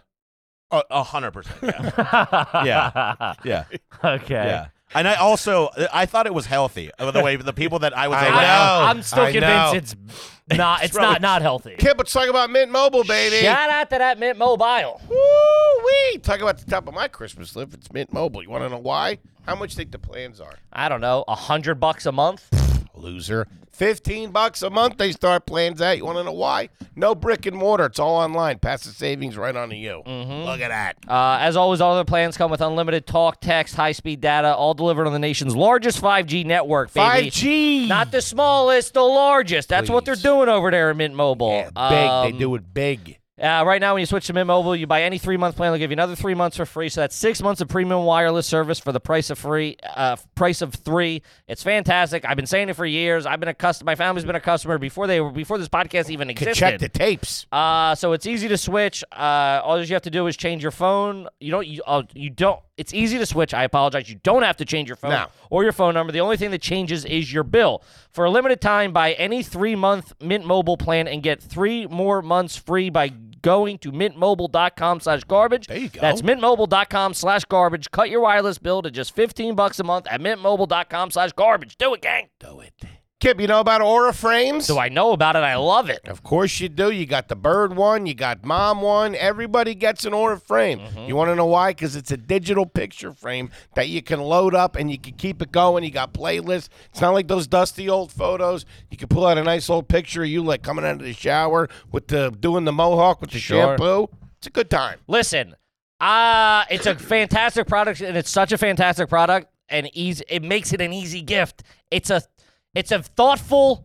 Speaker 5: a a hundred percent. Yeah, Yeah. yeah,
Speaker 1: Okay.
Speaker 5: yeah. And I also I thought it was healthy uh, the way the people that I was
Speaker 2: I
Speaker 5: around.
Speaker 2: know.
Speaker 1: I'm still
Speaker 2: I know.
Speaker 1: convinced it's not. It's not not healthy.
Speaker 2: Kip, let's talk about Mint Mobile, baby.
Speaker 1: Shout out to that Mint Mobile.
Speaker 2: Woo-wee. Talk about the top of my Christmas list. It's Mint Mobile. You want to know why? How much think the plans are?
Speaker 1: I don't know, a hundred bucks a month.
Speaker 2: Loser. 15 bucks a month they start plans out. You want to know why? No brick and mortar. It's all online. Pass the savings right on to you. Look at that.
Speaker 1: Mm-hmm. Uh, as always, all other plans come with unlimited talk, text, high-speed data, all delivered on the nation's largest 5G network. Baby.
Speaker 2: 5G.
Speaker 1: Not the smallest, the largest. That's what they're
Speaker 2: Please.
Speaker 1: doing over there at Mint Mobile.
Speaker 2: Yeah, big. they
Speaker 1: Um,
Speaker 2: do it big.
Speaker 1: Uh, right now, when you switch to Mint Mobile, you buy any three-month plan, they'll give you another three months for free. So that's six months of premium wireless service for the price of free, uh, price of three. It's fantastic. I've been saying it for years. I've been a customer. My family's been a customer before they were before this podcast even
Speaker 2: Could
Speaker 1: existed.
Speaker 2: check the tapes.
Speaker 1: Uh, so it's easy to switch. Uh, all you have to do is change your phone. You don't. You, uh, you don't. It's easy to switch. I apologize. You don't have to change your phone
Speaker 2: No.
Speaker 1: or your phone number. The only thing that changes is your bill. For a limited time, buy any three-month Mint Mobile plan and get three more months free by going to mintmobile.com slash garbage. There
Speaker 2: you go.
Speaker 1: That's mintmobile.com slash garbage. Cut your wireless bill to just 15 bucks a month at mintmobile.com slash garbage. Do it, gang. Do it.
Speaker 2: Kip, you know about Aura Frames?
Speaker 1: Do I know about it? I love it.
Speaker 2: Of course you do. You got the bird one, you got mom one. Everybody gets an aura frame.
Speaker 1: Mm-hmm.
Speaker 2: You want to know why? Because it's a digital picture frame that you can load up and you can keep it going. You got playlists. It's not like those dusty old photos. You can pull out a nice old picture of you like coming out of the shower with the doing the mohawk with the
Speaker 1: Sure.
Speaker 2: shampoo. It's a good time.
Speaker 1: Listen, uh, it's a fantastic product, and it's such a fantastic product, and easy. It makes it an easy gift. It's a, it's a thoughtful,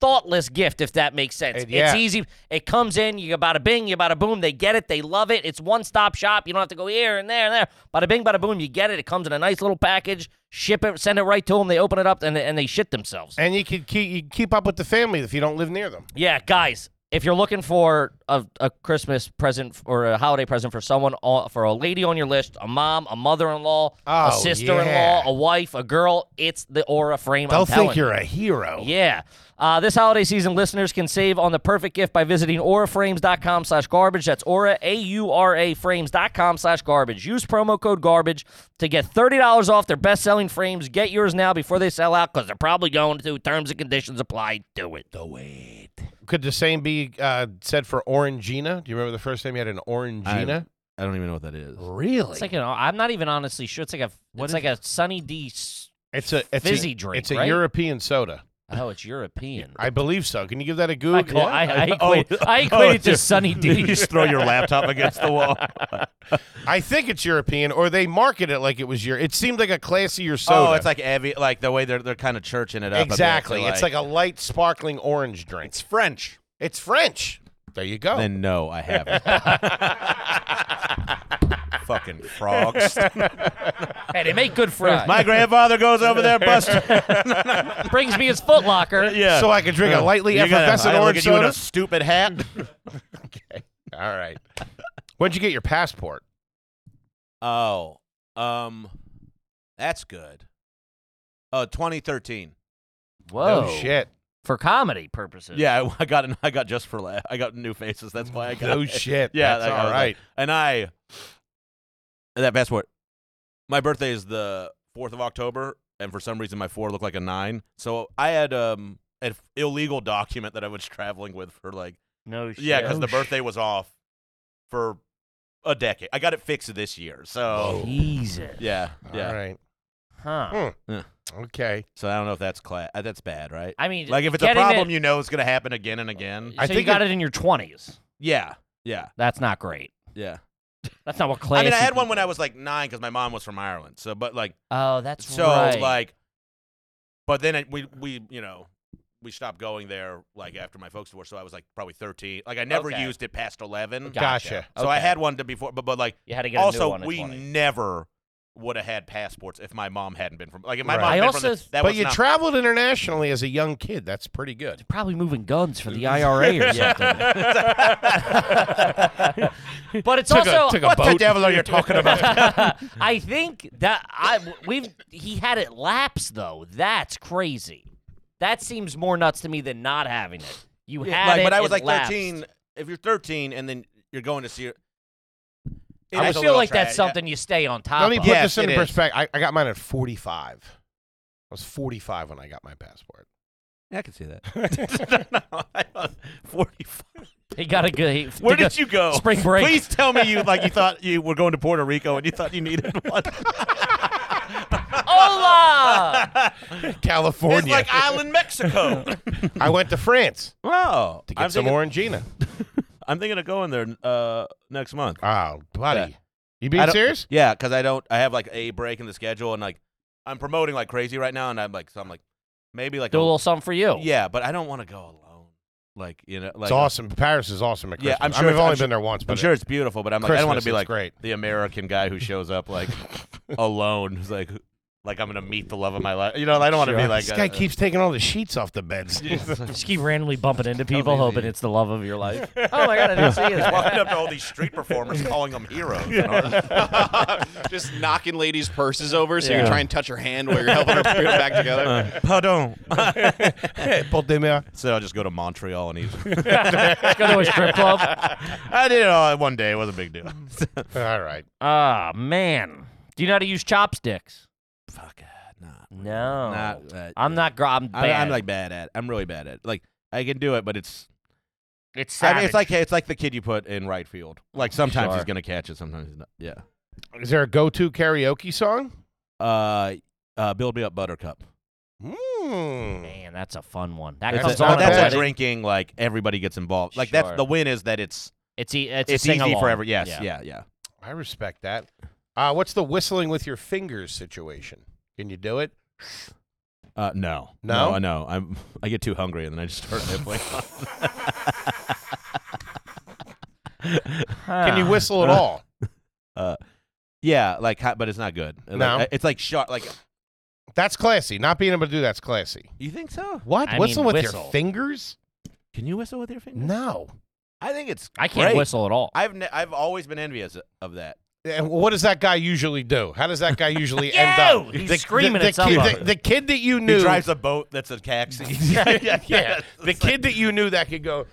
Speaker 1: thoughtless gift, if that makes sense.
Speaker 2: Uh, yeah.
Speaker 1: It's easy. It comes in. You bada bing, you bada boom. They get it. They love it. It's one stop shop. You don't have to go here and there and there. Bada bing, bada boom. You get it. It comes in a nice little package. Ship it. Send it right to them. They open it up and and they shit themselves.
Speaker 2: And you can keep you can keep up with the family if you don't live near them.
Speaker 1: Yeah, guys, if you're looking for a, a Christmas present f- or a holiday present for someone, uh, for a lady on your list, a mom, a mother-in-law,
Speaker 2: Oh,
Speaker 1: a sister-in-law,
Speaker 2: yeah.
Speaker 1: a wife, a girl, it's the Aura frame.
Speaker 2: They'll
Speaker 1: I'm telling
Speaker 2: think you're a hero.
Speaker 1: yeah. Uh, this holiday season, listeners can save on the perfect gift by visiting auraframes.com slash garbage. That's aura, A-U-R-A, frames.com slash garbage. Use promo code garbage to get $30 off their best-selling frames. Get yours now before they sell out because they're probably going to. Terms and conditions apply. Do it. Do it.
Speaker 2: Could the same be uh, said for Orangina? Do you remember the first time you had an Orangina?
Speaker 5: I don't even know what that is.
Speaker 2: really?
Speaker 1: It's like an. I'm not even honestly sure. It's like a. it's like a Sunny D. s-
Speaker 2: It's a it's
Speaker 1: fizzy
Speaker 2: a,
Speaker 1: drink,
Speaker 2: It's a
Speaker 1: right?
Speaker 2: European soda.
Speaker 1: Oh, it's European.
Speaker 2: I believe so. Can you give that a Google?
Speaker 1: I, call, I, I equate,
Speaker 5: Oh,
Speaker 1: I equate it to Sunny
Speaker 5: You
Speaker 1: D.
Speaker 5: just throw your laptop against the wall.
Speaker 2: I think it's European, or they market it like it was your. It seemed like a classier soda.
Speaker 5: Oh, it's like heavy, like the way they're they're kind of churching it up. a bit, so,
Speaker 2: exactly. It's like a light sparkling orange drink.
Speaker 4: It's French.
Speaker 2: It's French. There you go.
Speaker 5: Then no, I haven't. Fucking frogs.
Speaker 1: hey, they make good fries.
Speaker 5: My grandfather goes over there, Buster.
Speaker 1: brings me his Foot Locker.
Speaker 5: yeah.
Speaker 2: so I could drink a lightly
Speaker 5: uh, You're gonna-
Speaker 2: effervescent
Speaker 5: I look
Speaker 2: orange
Speaker 5: at you in
Speaker 2: soda.
Speaker 5: a stupid hat.
Speaker 2: All right. When'd you get your passport?
Speaker 5: oh, um, that's good. Oh, 2013.
Speaker 1: Whoa.
Speaker 2: No shit.
Speaker 1: For comedy purposes.
Speaker 5: Yeah, I- I got an, I got just for la- I got new faces. That's why I got.
Speaker 2: No
Speaker 5: it.
Speaker 2: shit.
Speaker 5: Yeah,
Speaker 2: That's
Speaker 5: like, I
Speaker 2: all
Speaker 5: was like-
Speaker 2: right.
Speaker 5: and I that passport. My birthday is the fourth of October, and for some reason my four looked like a nine. So I had um an illegal document that I was traveling with for like
Speaker 1: No shit. Oh,
Speaker 5: yeah, because the birthday was off for a decade. I got it fixed this year, so
Speaker 1: Oh. Jesus.
Speaker 5: yeah, yeah.
Speaker 2: All right.
Speaker 1: Huh.
Speaker 2: Okay.
Speaker 5: So I don't know if that's cla- uh, that's bad, right?
Speaker 1: I mean,
Speaker 5: like if it's a
Speaker 1: getting
Speaker 5: problem,
Speaker 1: it- Oh,
Speaker 5: you know it's gonna happen again and again.
Speaker 1: so
Speaker 2: I
Speaker 1: you
Speaker 2: think
Speaker 1: got it, in your 20s.
Speaker 5: yeah, yeah,
Speaker 1: That's not great.
Speaker 5: yeah.
Speaker 1: That's not what class.
Speaker 5: I mean, I had one when I was like nine because my mom was from Ireland. So, but like.
Speaker 1: Oh, that's
Speaker 5: so
Speaker 1: right.
Speaker 5: like but then it, we we you know we stopped going there like after my folks divorced so i was like probably 13 like i never
Speaker 1: Okay.
Speaker 5: used it past 11
Speaker 1: Gotcha.
Speaker 5: so i
Speaker 1: Okay.
Speaker 5: had one to before but but like
Speaker 1: you had to get a new
Speaker 5: also
Speaker 1: one at
Speaker 5: we
Speaker 1: 20.
Speaker 5: never would have had passports if my mom hadn't been from like if my
Speaker 2: Right.
Speaker 5: mom.
Speaker 1: I
Speaker 5: had been
Speaker 1: also
Speaker 5: from the,
Speaker 1: th-
Speaker 5: that
Speaker 2: But
Speaker 5: was
Speaker 2: you
Speaker 5: not-
Speaker 2: traveled internationally as a young kid. That's pretty good.
Speaker 1: Probably moving guns for the IRA or something. but it's
Speaker 2: Took a-
Speaker 1: also
Speaker 2: took a What the boat. devil
Speaker 1: are you talking about? I think that I we've he had it lapse though. That's crazy. That seems more nuts to me than not having it. You had
Speaker 5: like
Speaker 1: it,
Speaker 5: when I was
Speaker 1: it
Speaker 5: like
Speaker 1: lapsed.
Speaker 5: thirteen. If you're thirteen and then you're going to see, it,
Speaker 1: I
Speaker 5: was a
Speaker 1: feel
Speaker 5: little
Speaker 1: like that's
Speaker 5: trash.
Speaker 1: something you stay on top
Speaker 2: Let me
Speaker 1: of.
Speaker 2: put
Speaker 5: Ah, Yes,
Speaker 2: this into
Speaker 5: it is.
Speaker 2: perspective. I, I got mine at 45. I was 45 when I got my passport.
Speaker 5: Yeah, I can see that. no, I was forty-five.
Speaker 1: He got a good. He,
Speaker 5: Where did you go?
Speaker 1: Spring break.
Speaker 5: Please tell me you like you thought you were going to Puerto Rico and you thought you needed one. Uh,
Speaker 1: Hola!
Speaker 5: it's
Speaker 2: California.
Speaker 5: like Island Mexico.
Speaker 2: I went to France
Speaker 5: wow.
Speaker 2: to get
Speaker 5: I'm
Speaker 2: some
Speaker 5: thinking,
Speaker 2: Orangina.
Speaker 5: I'm thinking of going there uh, next month.
Speaker 2: Oh, buddy.
Speaker 5: Yeah.
Speaker 2: You
Speaker 5: I
Speaker 2: being
Speaker 5: don't-
Speaker 2: serious?
Speaker 5: Yeah, because I don't. I have like a break in the schedule, and like I'm promoting like crazy right now, and I'm like, so I'm like, maybe like
Speaker 1: Do a
Speaker 5: a-
Speaker 1: little something for you.
Speaker 5: Yeah, but I don't want to go alone. Like you know, like
Speaker 2: it's awesome. Paris is awesome at
Speaker 5: Yeah,
Speaker 2: Christmas.
Speaker 5: I'm
Speaker 2: I
Speaker 5: sure
Speaker 2: mean, I've
Speaker 5: it's-
Speaker 2: only
Speaker 5: I'm
Speaker 2: been there once, but
Speaker 5: I'm
Speaker 2: it-
Speaker 5: sure it's beautiful, but I'm like, I don't want to be
Speaker 2: Christmas,
Speaker 5: like
Speaker 2: it's great.
Speaker 5: the American guy who shows up like alone, who's like, like I'm gonna meet the love of my life. You know, I don't want to be like
Speaker 2: this guy
Speaker 5: uh,
Speaker 2: keeps taking all the sheets off the beds.
Speaker 1: Just keep randomly bumping into people,
Speaker 5: easy.
Speaker 1: hoping it's the love of your life. oh my god, I didn't see you.
Speaker 5: walking up to all these street performers, calling them heroes. you know?
Speaker 4: Just knocking ladies' purses over so you
Speaker 1: Yeah.
Speaker 4: can try and touch her hand while you're helping her put it back together.
Speaker 5: Pardon.
Speaker 2: Hey, porte des mères.
Speaker 5: so I'll just go to Montreal and he's.
Speaker 1: Go to a strip club.
Speaker 5: I did it all in one day. It was a big deal.
Speaker 2: All right.
Speaker 1: Ah man, do you know how to use chopsticks?
Speaker 5: Fuck uh, not.
Speaker 1: No,
Speaker 5: Not, uh,
Speaker 1: Oh, I'm not. Gr- I'm bad.
Speaker 5: I, I'm like bad at. I'm really bad at. it. Like I can do it, but it's.
Speaker 1: it's
Speaker 5: I
Speaker 1: savage.
Speaker 5: mean, it's like it's like the kid you put in right field. Like sometimes he's
Speaker 1: Sure.
Speaker 5: gonna catch it, sometimes he's not. Yeah.
Speaker 2: Is there a go-to karaoke song?
Speaker 5: Uh, uh, build me up, Buttercup.
Speaker 2: Mm.
Speaker 1: man, that's a fun one. That
Speaker 2: That's
Speaker 1: comes
Speaker 5: a, oh,
Speaker 1: on.
Speaker 2: not
Speaker 1: at
Speaker 5: that's
Speaker 1: a
Speaker 5: a
Speaker 1: wedding.
Speaker 5: drinking. Like everybody gets involved. Like
Speaker 1: Sure.
Speaker 5: that's the win is that it's
Speaker 1: It's, e- it's, a
Speaker 5: it's, easy
Speaker 1: sing-along.
Speaker 5: for every. Yes.
Speaker 1: Yeah.
Speaker 5: Yeah. Yeah.
Speaker 2: I respect that. Uh, what's the whistling with your fingers situation? Can you do it?
Speaker 5: Uh, no.
Speaker 2: No?
Speaker 5: No. No. I'm. I get too hungry and then I just start nibbling.
Speaker 2: Can
Speaker 5: Ah.
Speaker 2: you whistle at all?
Speaker 5: yeah. Like, ha- but it's not good. Like,
Speaker 2: No.
Speaker 5: It's like sharp. Like
Speaker 2: That's classy. Not being able to do that's classy.
Speaker 5: you think so?
Speaker 2: What?
Speaker 1: I
Speaker 2: Whistle
Speaker 1: mean,
Speaker 2: with
Speaker 1: whistle.
Speaker 2: your fingers?
Speaker 5: Can you whistle with your fingers?
Speaker 2: No.
Speaker 5: I think it's.
Speaker 1: I can't
Speaker 5: great.
Speaker 1: whistle at all.
Speaker 5: I've ne- I've always been envious of that.
Speaker 2: And what does that guy usually do? How does that guy usually end
Speaker 1: Yo!
Speaker 2: up?
Speaker 1: He's screaming at
Speaker 2: the,
Speaker 1: somebody.
Speaker 2: kid- The, the kid that you
Speaker 5: He
Speaker 2: knew.
Speaker 5: drives a boat that's a taxi.
Speaker 2: yeah, the kid that you knew that could go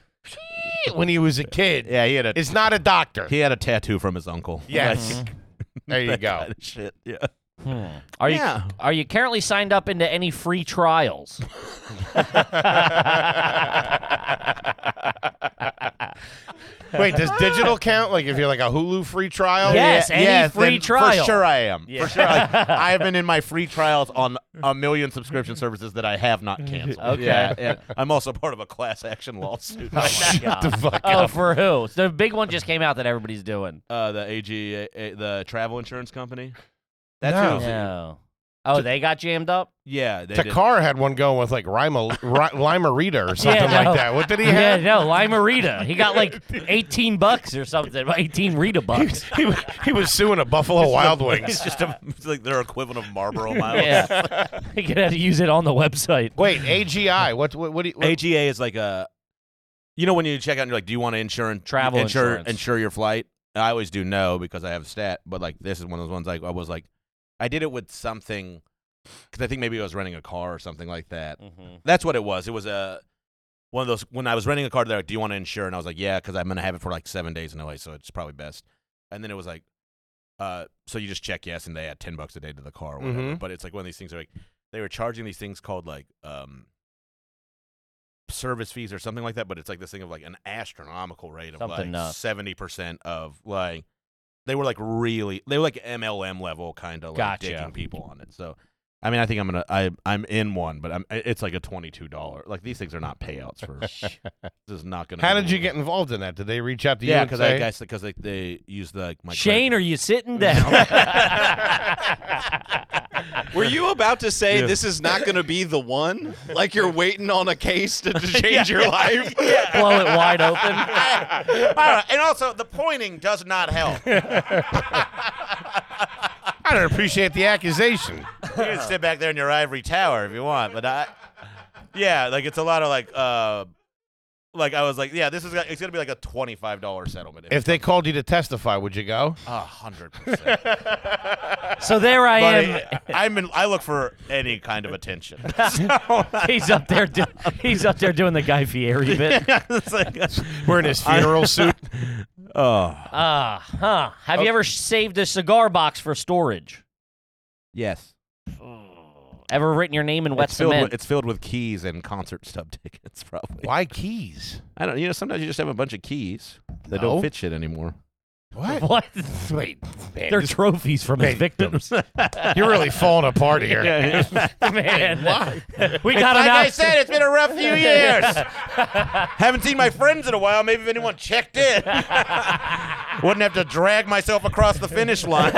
Speaker 2: when he was a kid
Speaker 5: Yeah, he had a
Speaker 2: is not a doctor.
Speaker 5: he had a tattoo from his uncle.
Speaker 2: Yes. There you
Speaker 5: That
Speaker 2: go.
Speaker 5: kind of shit. Yeah.
Speaker 1: Hmm. Are
Speaker 5: Yeah.
Speaker 1: you are you currently signed up into any free trials?
Speaker 2: Wait, does digital count? Like if you're like a Hulu free trial?
Speaker 1: Yes, any free
Speaker 5: then
Speaker 1: trial.
Speaker 5: For sure, I am. For sure, like, I have been in my free trials on a million subscription services that I have not canceled.
Speaker 1: Okay.
Speaker 5: Yeah, yeah. I'm also part of a class action lawsuit. right now.
Speaker 2: The fuck
Speaker 1: Oh,
Speaker 2: up.
Speaker 1: for who? The big one just came out that everybody's doing.
Speaker 5: uh, the AG, uh, the travel insurance company. That's
Speaker 2: No.
Speaker 5: who's-
Speaker 1: No. Oh, they got jammed up.
Speaker 5: Yeah, they did.
Speaker 2: Takar had one going with like Rima, Ri- Lima Rita or something
Speaker 1: no.
Speaker 2: like that. What did he
Speaker 1: Yeah,
Speaker 2: have?
Speaker 1: no, Lima Rita. He got like 18 bucks or something. 18 Rita bucks.
Speaker 2: He, was- he was suing a Buffalo Wild Wings.
Speaker 5: It's just a, it's like their equivalent of Marlboro miles.
Speaker 1: Yeah. he could have to use it on the website.
Speaker 2: Wait, AGI. What? What? what, do you, what
Speaker 5: AGA is like a, you know, when you check out, and you're like, do you want to insure and
Speaker 1: Travel
Speaker 5: insure,
Speaker 1: insurance.
Speaker 5: insure your flight? And I always do no because I have a stat, but like this is one of those ones like I was like, I did it with something because I think maybe I was renting a car or something like that. Mm-hmm. That's what it was. It was a one of those when I was renting a car. They're like, do you want to insure? And I was like, yeah, because I'm gonna have it for like seven days in LA, so it's probably best. And then it was like, uh, so you just check yes, and they add ten bucks a day to the car or whatever.
Speaker 1: Mm-hmm.
Speaker 2: Mhm.
Speaker 5: But it's like one of these things. Are like they were charging these things called like um service fees or something like that, but it's like this thing of like an astronomical rate of
Speaker 1: Something
Speaker 5: like
Speaker 1: nuts.
Speaker 5: seventy percent of like they were like really they were like MLM level kind of like
Speaker 1: Gotcha.
Speaker 5: digging people on it. So I mean, I think I'm gonna I I'm in one, but I'm it's like a twenty two dollar like these things are not payouts for this is not gonna.
Speaker 2: How
Speaker 5: be-
Speaker 2: did you get involved in that? Did they reach out to you?
Speaker 5: Yeah,
Speaker 2: and
Speaker 5: because I
Speaker 2: say-
Speaker 5: guess because like they use the like, my
Speaker 1: Shane, are
Speaker 5: credit-
Speaker 1: you sitting down?
Speaker 4: Were you about to say this is not going to be the one? Like you're waiting on a case to, to change your life?
Speaker 1: Blow it wide open.
Speaker 5: I don't know. and also the pointing does not help.
Speaker 2: I don't appreciate the accusation.
Speaker 5: You can sit back there in your ivory tower if you want, but I, yeah, like it's a lot of like, uh, like I was like, yeah, this is gonna- it's gonna be like a twenty five dollar settlement.
Speaker 2: If they called you to testify, would you go?
Speaker 5: a hundred percent,
Speaker 1: So there I
Speaker 5: But
Speaker 1: am.
Speaker 5: I- I'm in, I look for any kind of attention.
Speaker 1: he's up there. Do- he's up there doing the Guy Fieri bit.
Speaker 5: It's like-
Speaker 2: Wearing his funeral suit.
Speaker 5: oh
Speaker 1: Ah, huh. Have you ever saved a cigar box for storage?
Speaker 5: yes,
Speaker 1: Ever written your name in wet
Speaker 5: it's filled,
Speaker 1: cement?
Speaker 5: with, it's filled with keys and concert stub tickets, probably.
Speaker 2: Why keys?
Speaker 5: I don't. You know, sometimes you just have a bunch of keys that
Speaker 2: No.
Speaker 5: don't fit shit anymore.
Speaker 2: What?
Speaker 1: what?
Speaker 2: Wait, man,
Speaker 1: They're
Speaker 2: this-
Speaker 1: trophies from his victims.
Speaker 2: you're really falling apart here.
Speaker 1: Man, we got
Speaker 5: like
Speaker 1: him out.
Speaker 5: I said, it's been a rough few years. Haven't seen my friends in a while. Maybe if anyone checked in, wouldn't have to drag myself across the finish line.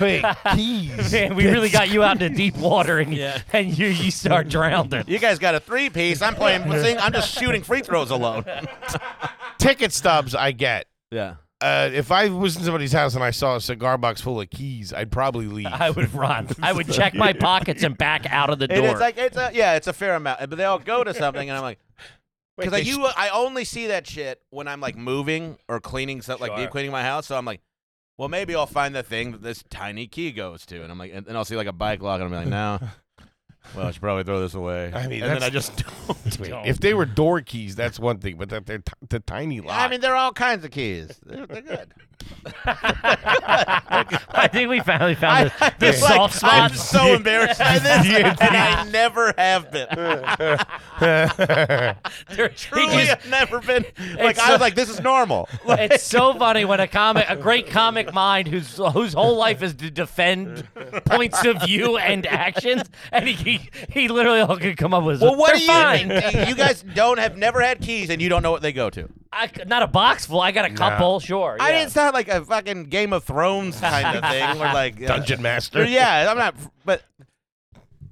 Speaker 2: Wait, keys.
Speaker 1: Man, we really got you out into deep water, and, and you you start drowning.
Speaker 5: you guys got a three piece. I'm playing. I'm just shooting free throws alone.
Speaker 2: Ticket stubs, I get.
Speaker 5: Yeah.
Speaker 2: Uh, if I was in somebody's house and I saw a cigar box full of keys, I'd probably leave.
Speaker 1: I would run. I would check my pockets and back out of the
Speaker 5: And
Speaker 1: door.
Speaker 5: it's like it's a yeah, it's a fair amount, but they all go to something, and I'm like, because I
Speaker 2: they
Speaker 5: you I only see that shit when I'm like moving or cleaning stuff, like deep cleaning my house. So I'm like, well, maybe I'll find the thing that this tiny key goes to, and I'm like, and then I'll see like a bike lock, and I'm like, no. Well, I should probably throw this away.
Speaker 2: I mean,
Speaker 5: and then
Speaker 2: that's-
Speaker 5: I just don't.
Speaker 2: Wait, if they were door keys, that's one thing, but that they're t- the tiny lock.
Speaker 5: I mean, they're all kinds of keys. They're, they're good.
Speaker 1: I think we finally found the, the
Speaker 5: It's like,
Speaker 1: soft spot.
Speaker 5: I'm so embarrassed by this, and I never have been. Truly,
Speaker 1: just-
Speaker 5: have never been. Like
Speaker 1: It's
Speaker 5: I was
Speaker 1: so-
Speaker 5: like, this is normal.
Speaker 1: it's so funny when a comic, a great comic mind whose whose whole life is to defend points of view and actions, and he he, he literally all could come up with.
Speaker 5: Well, what
Speaker 1: They're
Speaker 5: do you
Speaker 1: fine.
Speaker 5: think? You guys don't have never had keys, and you don't know what they go to.
Speaker 1: I, not a box full. I got a couple. Sure.
Speaker 5: I
Speaker 1: yeah.
Speaker 5: didn't sound like a fucking Game of Thrones kind of thing, or like uh,
Speaker 2: Dungeon
Speaker 5: or
Speaker 2: master.
Speaker 5: yeah, I'm not, but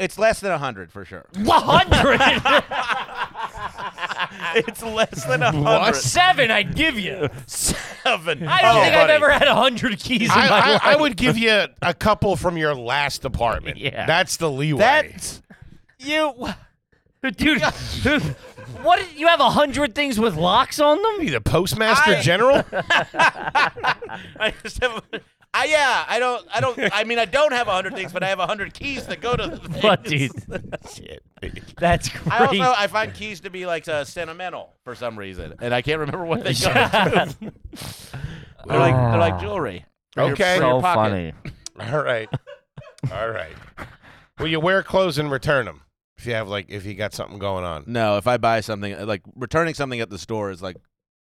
Speaker 5: it's less than hundred for sure.
Speaker 1: 100
Speaker 5: It's less than a hundred.
Speaker 1: seven I'd give you.
Speaker 5: Seven.
Speaker 1: I don't
Speaker 5: Oh,
Speaker 1: think I've
Speaker 5: buddy.
Speaker 1: ever had a hundred keys in my
Speaker 2: I,
Speaker 1: life.
Speaker 2: I, I would give you a couple from your last apartment.
Speaker 1: Yeah.
Speaker 2: That's the leeway.
Speaker 5: That's you.
Speaker 1: dude, dude, what? did- You have a hundred things with locks on them?
Speaker 2: Be the postmaster
Speaker 5: I-
Speaker 2: general?
Speaker 5: I just have. I, yeah, I don't. I don't. I mean, I don't have a hundred things, but I have a hundred keys that go to. The
Speaker 1: But
Speaker 5: things.
Speaker 1: dude, that's crazy.
Speaker 5: I also I find keys to be like uh, sentimental for some reason, and I can't remember what they go to. they're like they're like jewelry. for your-
Speaker 2: Okay.
Speaker 5: for your pocket.
Speaker 2: All right. All right. Will you wear clothes and return them if you have like if you got something going on?
Speaker 5: No, if I buy something, uh, like returning something at the store is like,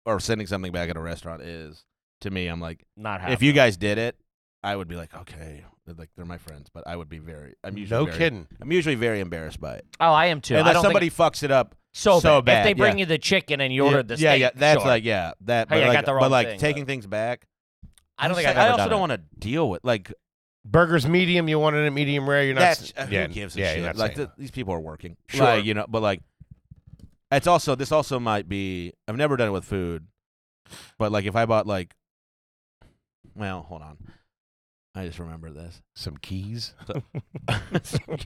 Speaker 5: or sending something back at a restaurant is to me. I'm like,
Speaker 1: Not
Speaker 5: if you guys did it, I would be like, okay, they're like they're my friends, but I would be very. I'm usually
Speaker 2: No
Speaker 5: very-
Speaker 2: kidding.
Speaker 5: I'm usually very embarrassed by it.
Speaker 1: Oh, I am too. I
Speaker 5: Unless
Speaker 1: don't
Speaker 5: somebody
Speaker 1: think
Speaker 5: fucks it up
Speaker 1: so,
Speaker 5: so bad.
Speaker 1: If they bring
Speaker 5: yeah.
Speaker 1: you the chicken and you ordered
Speaker 5: yeah,
Speaker 1: the
Speaker 5: yeah,
Speaker 1: steak,
Speaker 5: yeah, that's
Speaker 1: sure.
Speaker 5: like yeah, that.
Speaker 1: Hey,
Speaker 5: But
Speaker 1: I
Speaker 5: like,
Speaker 1: got the
Speaker 5: but
Speaker 1: wrong
Speaker 5: like
Speaker 1: thing,
Speaker 5: taking things back.
Speaker 1: I don't think
Speaker 5: I,
Speaker 1: I've ever
Speaker 5: also
Speaker 1: done
Speaker 5: don't
Speaker 1: it.
Speaker 5: want to deal with like
Speaker 2: Burgers medium. You wanted it medium rare. You're not.
Speaker 5: that's
Speaker 2: s-
Speaker 5: uh,
Speaker 2: yeah,
Speaker 5: who gives a
Speaker 2: yeah, you're
Speaker 5: shit.
Speaker 2: not
Speaker 5: Like
Speaker 2: saying
Speaker 5: th- these people are working,
Speaker 2: Sure.
Speaker 5: Like, you know, but like it's also this also might be I've never done it with food, but like if I bought like, well, hold on, I just remember this.
Speaker 2: some keys.
Speaker 1: You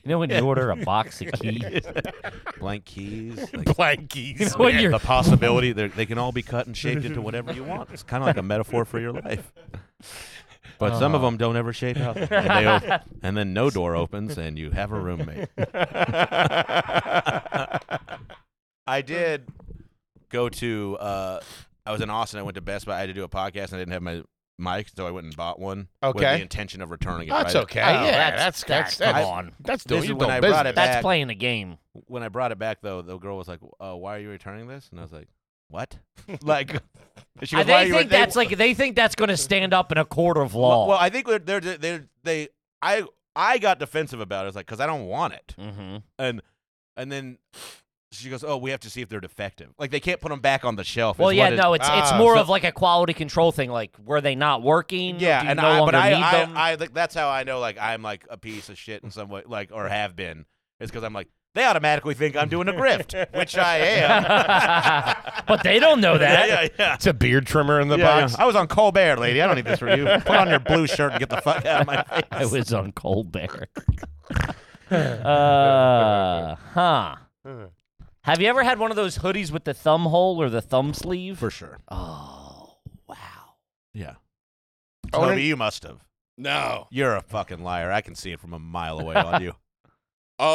Speaker 1: know when you order a box of keys?
Speaker 5: Blank keys, like,
Speaker 2: Blank
Speaker 1: You
Speaker 2: keys.
Speaker 1: know when
Speaker 5: yeah,
Speaker 1: you're
Speaker 5: the possibility they're- they can all be cut and shaped into whatever you want. It's kind of like a metaphor for your life. But some of them don't ever shape out, and, they op- and then no door opens, and you have a roommate. I did go to. Uh, I was in Austin. I went to Best Buy. I had to do a podcast, and I didn't have my mic, so I went and bought one. with
Speaker 2: Okay.
Speaker 5: the intention of returning it.
Speaker 2: That's
Speaker 5: but I-
Speaker 2: okay.
Speaker 1: Oh,
Speaker 2: yeah,
Speaker 1: that's-
Speaker 2: that's that's
Speaker 1: that- come
Speaker 2: that's
Speaker 1: on.
Speaker 2: That's
Speaker 5: This
Speaker 2: doing.
Speaker 5: is
Speaker 2: you
Speaker 5: when
Speaker 2: doing
Speaker 5: I brought
Speaker 2: business.
Speaker 5: it
Speaker 1: that's
Speaker 5: back.
Speaker 1: playing the game.
Speaker 5: When I brought it back, though, the girl was like, uh, "Why are you returning this?" And I was like, "What?" like, she
Speaker 1: Uh,
Speaker 5: goes, "Why are
Speaker 1: they
Speaker 5: you
Speaker 1: think
Speaker 5: they-
Speaker 1: that's like they think that's going to stand up in a court of law.
Speaker 5: Well, well, I think we're- they're, they're, they're they I I got defensive about it. I was like, because I don't want it,
Speaker 1: mm-hmm.
Speaker 5: and and then she goes, oh, we have to see if they're defective. Like they can't put them back on the shelf. is
Speaker 1: well, yeah,
Speaker 5: what it-
Speaker 1: no, it's it's
Speaker 2: ah,
Speaker 1: more
Speaker 5: so-
Speaker 1: of like a quality control thing. Like, were they not working?
Speaker 5: yeah,
Speaker 1: Do you
Speaker 5: and
Speaker 1: no
Speaker 5: I,
Speaker 1: longer
Speaker 5: but I
Speaker 1: need
Speaker 5: I,
Speaker 1: them.
Speaker 5: I like that's how I know like I'm like a piece of shit in some way, like or have been, is because I'm like they automatically think I'm doing a grift, which I am.
Speaker 1: but they don't know that.
Speaker 5: yeah.
Speaker 2: It's a beard trimmer in the
Speaker 5: Yeah,
Speaker 2: box.
Speaker 5: yeah. I was on Colbert, lady. I don't need this for you. Put on your blue shirt and get the fuck out of my face.
Speaker 1: I was on Colbert. uh, huh.
Speaker 5: Hmm.
Speaker 1: Have you ever had one of those hoodies with the thumb hole or the thumb sleeve?
Speaker 5: For sure.
Speaker 1: Oh, wow.
Speaker 5: Yeah.
Speaker 2: Oh,
Speaker 5: Toby,
Speaker 2: and-
Speaker 5: you must have.
Speaker 4: No.
Speaker 5: You're a fucking liar. I can see it from a mile away on you.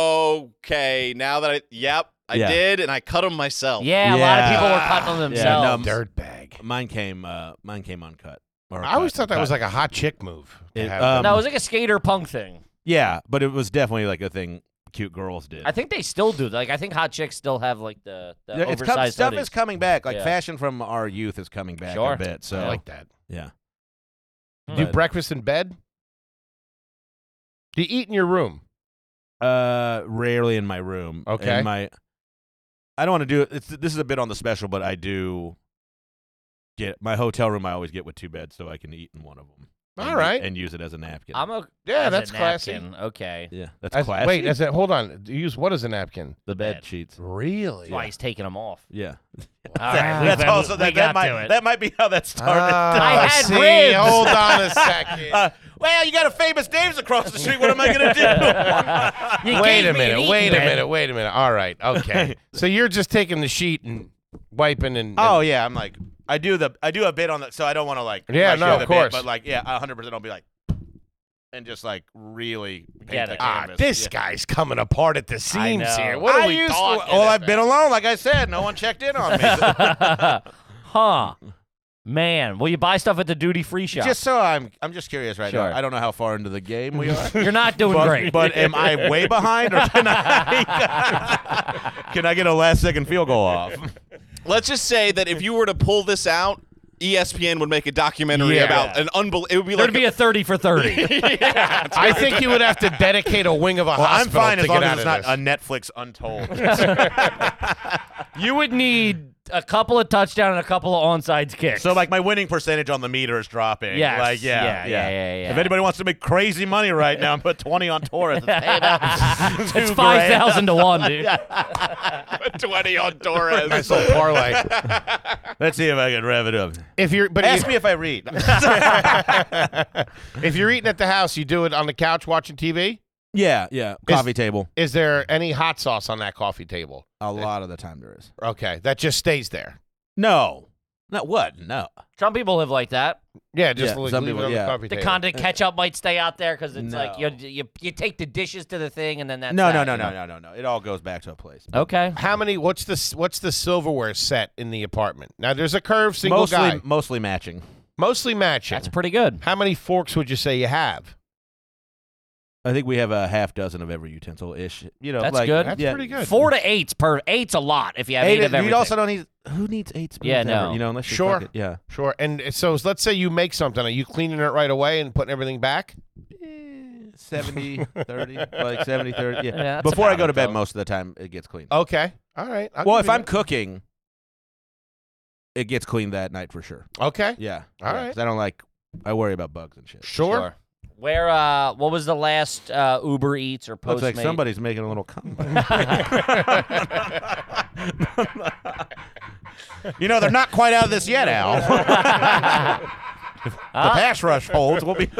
Speaker 4: Okay. Now that I, yep, I
Speaker 5: Yeah.
Speaker 4: did, and I cut them myself.
Speaker 1: Yeah, a lot of
Speaker 5: Yeah.
Speaker 1: people were cutting them
Speaker 5: Yeah, no,
Speaker 1: themselves.
Speaker 2: Dirtbag.
Speaker 5: Mine came. Uh, mine came uncut. Or
Speaker 2: I always
Speaker 5: cut-
Speaker 2: thought that was
Speaker 5: cut.
Speaker 2: like a hot chick move. to
Speaker 5: It-
Speaker 2: have
Speaker 5: um,
Speaker 2: them.
Speaker 1: no, it was like a skater punk thing.
Speaker 5: Yeah, but it was definitely like a thing cute girls did.
Speaker 1: I think they still do. Like, I think hot chicks still have like the, the
Speaker 5: Yeah, it's come-
Speaker 1: oversized
Speaker 5: stuff
Speaker 1: hoodies.
Speaker 5: is coming back. Like
Speaker 1: Yeah.
Speaker 5: fashion from our youth is coming back
Speaker 1: Sure.
Speaker 5: a bit. So
Speaker 2: I like that.
Speaker 5: yeah,
Speaker 2: Do you
Speaker 5: But,
Speaker 2: breakfast in bed? Do you eat in your room?
Speaker 5: uh, rarely in my room. In
Speaker 2: Okay.
Speaker 5: my I don't want to do it. It's, this is a bit on the special, but I do get my hotel room. I always get with two beds, so I can eat in one of them.
Speaker 2: All
Speaker 5: and,
Speaker 2: right.
Speaker 5: and use it as a napkin.
Speaker 1: I'm a
Speaker 2: Yeah,
Speaker 1: as a
Speaker 2: that's classy.
Speaker 1: napkin. Okay,
Speaker 5: yeah, that's
Speaker 2: As-
Speaker 5: classy.
Speaker 2: Wait, as a, hold on. Do you use what as a napkin?
Speaker 5: the bed
Speaker 1: bed.
Speaker 5: sheets.
Speaker 2: really?
Speaker 1: that's why he's taking them off.
Speaker 5: Yeah,
Speaker 1: All right, we-
Speaker 5: that's
Speaker 1: we-
Speaker 5: also
Speaker 1: we
Speaker 5: that,
Speaker 1: got
Speaker 5: that might
Speaker 1: to it.
Speaker 5: that might be how that started.
Speaker 2: Ah,
Speaker 1: I had
Speaker 2: see,
Speaker 1: ribs.
Speaker 2: Hold on a second.
Speaker 5: Uh, well, you got a famous Dave's across the street. What am I gonna do?
Speaker 1: You
Speaker 2: wait
Speaker 1: gave
Speaker 2: a
Speaker 1: me an
Speaker 2: minute.
Speaker 1: eating
Speaker 2: Wait a
Speaker 1: bed.
Speaker 2: minute. Wait a minute. All right. Okay. so you're just taking the sheet and wiping and.
Speaker 5: oh yeah, I'm like I do the I do a bit on the so I don't want to like
Speaker 2: Yeah,
Speaker 5: like,
Speaker 2: no,
Speaker 5: show
Speaker 2: of
Speaker 5: the
Speaker 2: course.
Speaker 5: bit, but like yeah, 100 percent I'll be like and just like really paint
Speaker 1: Get
Speaker 5: the
Speaker 1: it.
Speaker 2: Ah,
Speaker 5: canvas.
Speaker 2: this
Speaker 5: Yeah.
Speaker 2: guy's coming apart at the seams
Speaker 1: know.
Speaker 2: here. What are
Speaker 5: I
Speaker 2: we
Speaker 5: used to-
Speaker 2: talking?
Speaker 5: well,
Speaker 2: about?
Speaker 5: I've been alone, like I said. No one checked in on me.
Speaker 1: huh? Man, will you buy stuff at the duty free shop?
Speaker 5: Just so I'm, I'm just curious right
Speaker 1: Sure.
Speaker 5: now. I don't know how far into the game we are.
Speaker 1: You're not doing
Speaker 5: But,
Speaker 1: great.
Speaker 5: but am I way behind, or can I, can I get a last second field goal off?
Speaker 4: Let's just say that if you were to pull this out, E ESPN would make a documentary
Speaker 2: Yeah.
Speaker 4: about an unbelievable. It would be
Speaker 1: There'd
Speaker 4: like
Speaker 1: be a thirty for thirty.
Speaker 2: I think you would have to dedicate a wing of a
Speaker 5: Well, I'm
Speaker 2: hospital
Speaker 5: fine
Speaker 2: to
Speaker 5: as long
Speaker 2: get
Speaker 5: as
Speaker 2: out
Speaker 5: it's
Speaker 2: of this.
Speaker 5: not a Netflix Untold.
Speaker 1: you would need a couple of touchdowns and a couple of onside kicks.
Speaker 5: So like my winning percentage on the meter is dropping.
Speaker 1: Yes.
Speaker 5: Like yeah.
Speaker 1: Yeah, yeah, yeah, yeah.
Speaker 5: If anybody wants to make crazy money right now and put 20 on Taurus, it's paid out.
Speaker 1: it's five thousand to one, dude.
Speaker 4: twenty on Torres.
Speaker 2: Nice little parlay.
Speaker 5: Let's see if I can rev it up.
Speaker 2: If you're, but
Speaker 5: Ask
Speaker 2: if,
Speaker 5: me if I read.
Speaker 2: if you're eating at the house, you do it on the couch watching TV.
Speaker 5: yeah, yeah.
Speaker 2: Coffee
Speaker 5: table.
Speaker 2: Is there any hot sauce on that coffee table?
Speaker 5: A lot of the time there is.
Speaker 2: Okay, that just stays there.
Speaker 5: No. Not what? No.
Speaker 1: Some people live like that.
Speaker 2: Yeah, just
Speaker 5: Yeah,
Speaker 2: leave,
Speaker 5: some
Speaker 2: leave it
Speaker 5: people-
Speaker 2: on
Speaker 5: yeah.
Speaker 2: the coffee
Speaker 1: The
Speaker 2: table.
Speaker 1: condiment ketchup might stay out there because it's like you,
Speaker 5: No.
Speaker 1: you you take the dishes to the thing and then that's
Speaker 5: No, no,
Speaker 1: that,
Speaker 5: no,
Speaker 1: you
Speaker 5: no,
Speaker 1: know?
Speaker 5: no, no, no. It all goes back to a place.
Speaker 1: Okay.
Speaker 2: How many? What's the s- what's the silverware set in the apartment? Now there's a curved single
Speaker 5: mostly
Speaker 2: guy,
Speaker 5: mostly matching.
Speaker 2: mostly matching.
Speaker 1: That's pretty good.
Speaker 2: How many forks would you say you have?
Speaker 5: I think we have a half dozen of every utensil ish. You know,
Speaker 1: That's
Speaker 5: like,
Speaker 1: good.
Speaker 2: That's
Speaker 5: yeah.
Speaker 2: pretty good.
Speaker 1: Four to eights per eight's a lot if you have eight, of everything.
Speaker 5: you also don't need who needs eight spoons
Speaker 1: Yeah,
Speaker 5: ever,
Speaker 1: no.
Speaker 5: you know, unless you
Speaker 2: Sure.
Speaker 5: fuck it, Yeah.
Speaker 2: Sure. And so let's say you make something. Are you cleaning it right away and putting everything back?
Speaker 5: 70 30 like 70 30 yeah,
Speaker 1: Yeah, that's
Speaker 5: before i
Speaker 1: about
Speaker 5: go to
Speaker 1: it,
Speaker 5: bed
Speaker 1: though.
Speaker 5: most of the time it gets cleaned
Speaker 2: Okay. All right. I'll
Speaker 5: well
Speaker 2: give
Speaker 5: if
Speaker 2: you
Speaker 5: i'm
Speaker 2: that.
Speaker 5: cooking it gets cleaned that night for sure
Speaker 2: okay.
Speaker 5: yeah
Speaker 2: All
Speaker 5: Yeah,
Speaker 2: right.
Speaker 5: 'cause i don't like i worry about bugs and shit
Speaker 2: Sure.
Speaker 1: Where uh, what was the last uh, Uber Eats or Postmates?
Speaker 5: looks like somebody's making a little comeback you know they're not quite out of this yet al the pass rush holds will be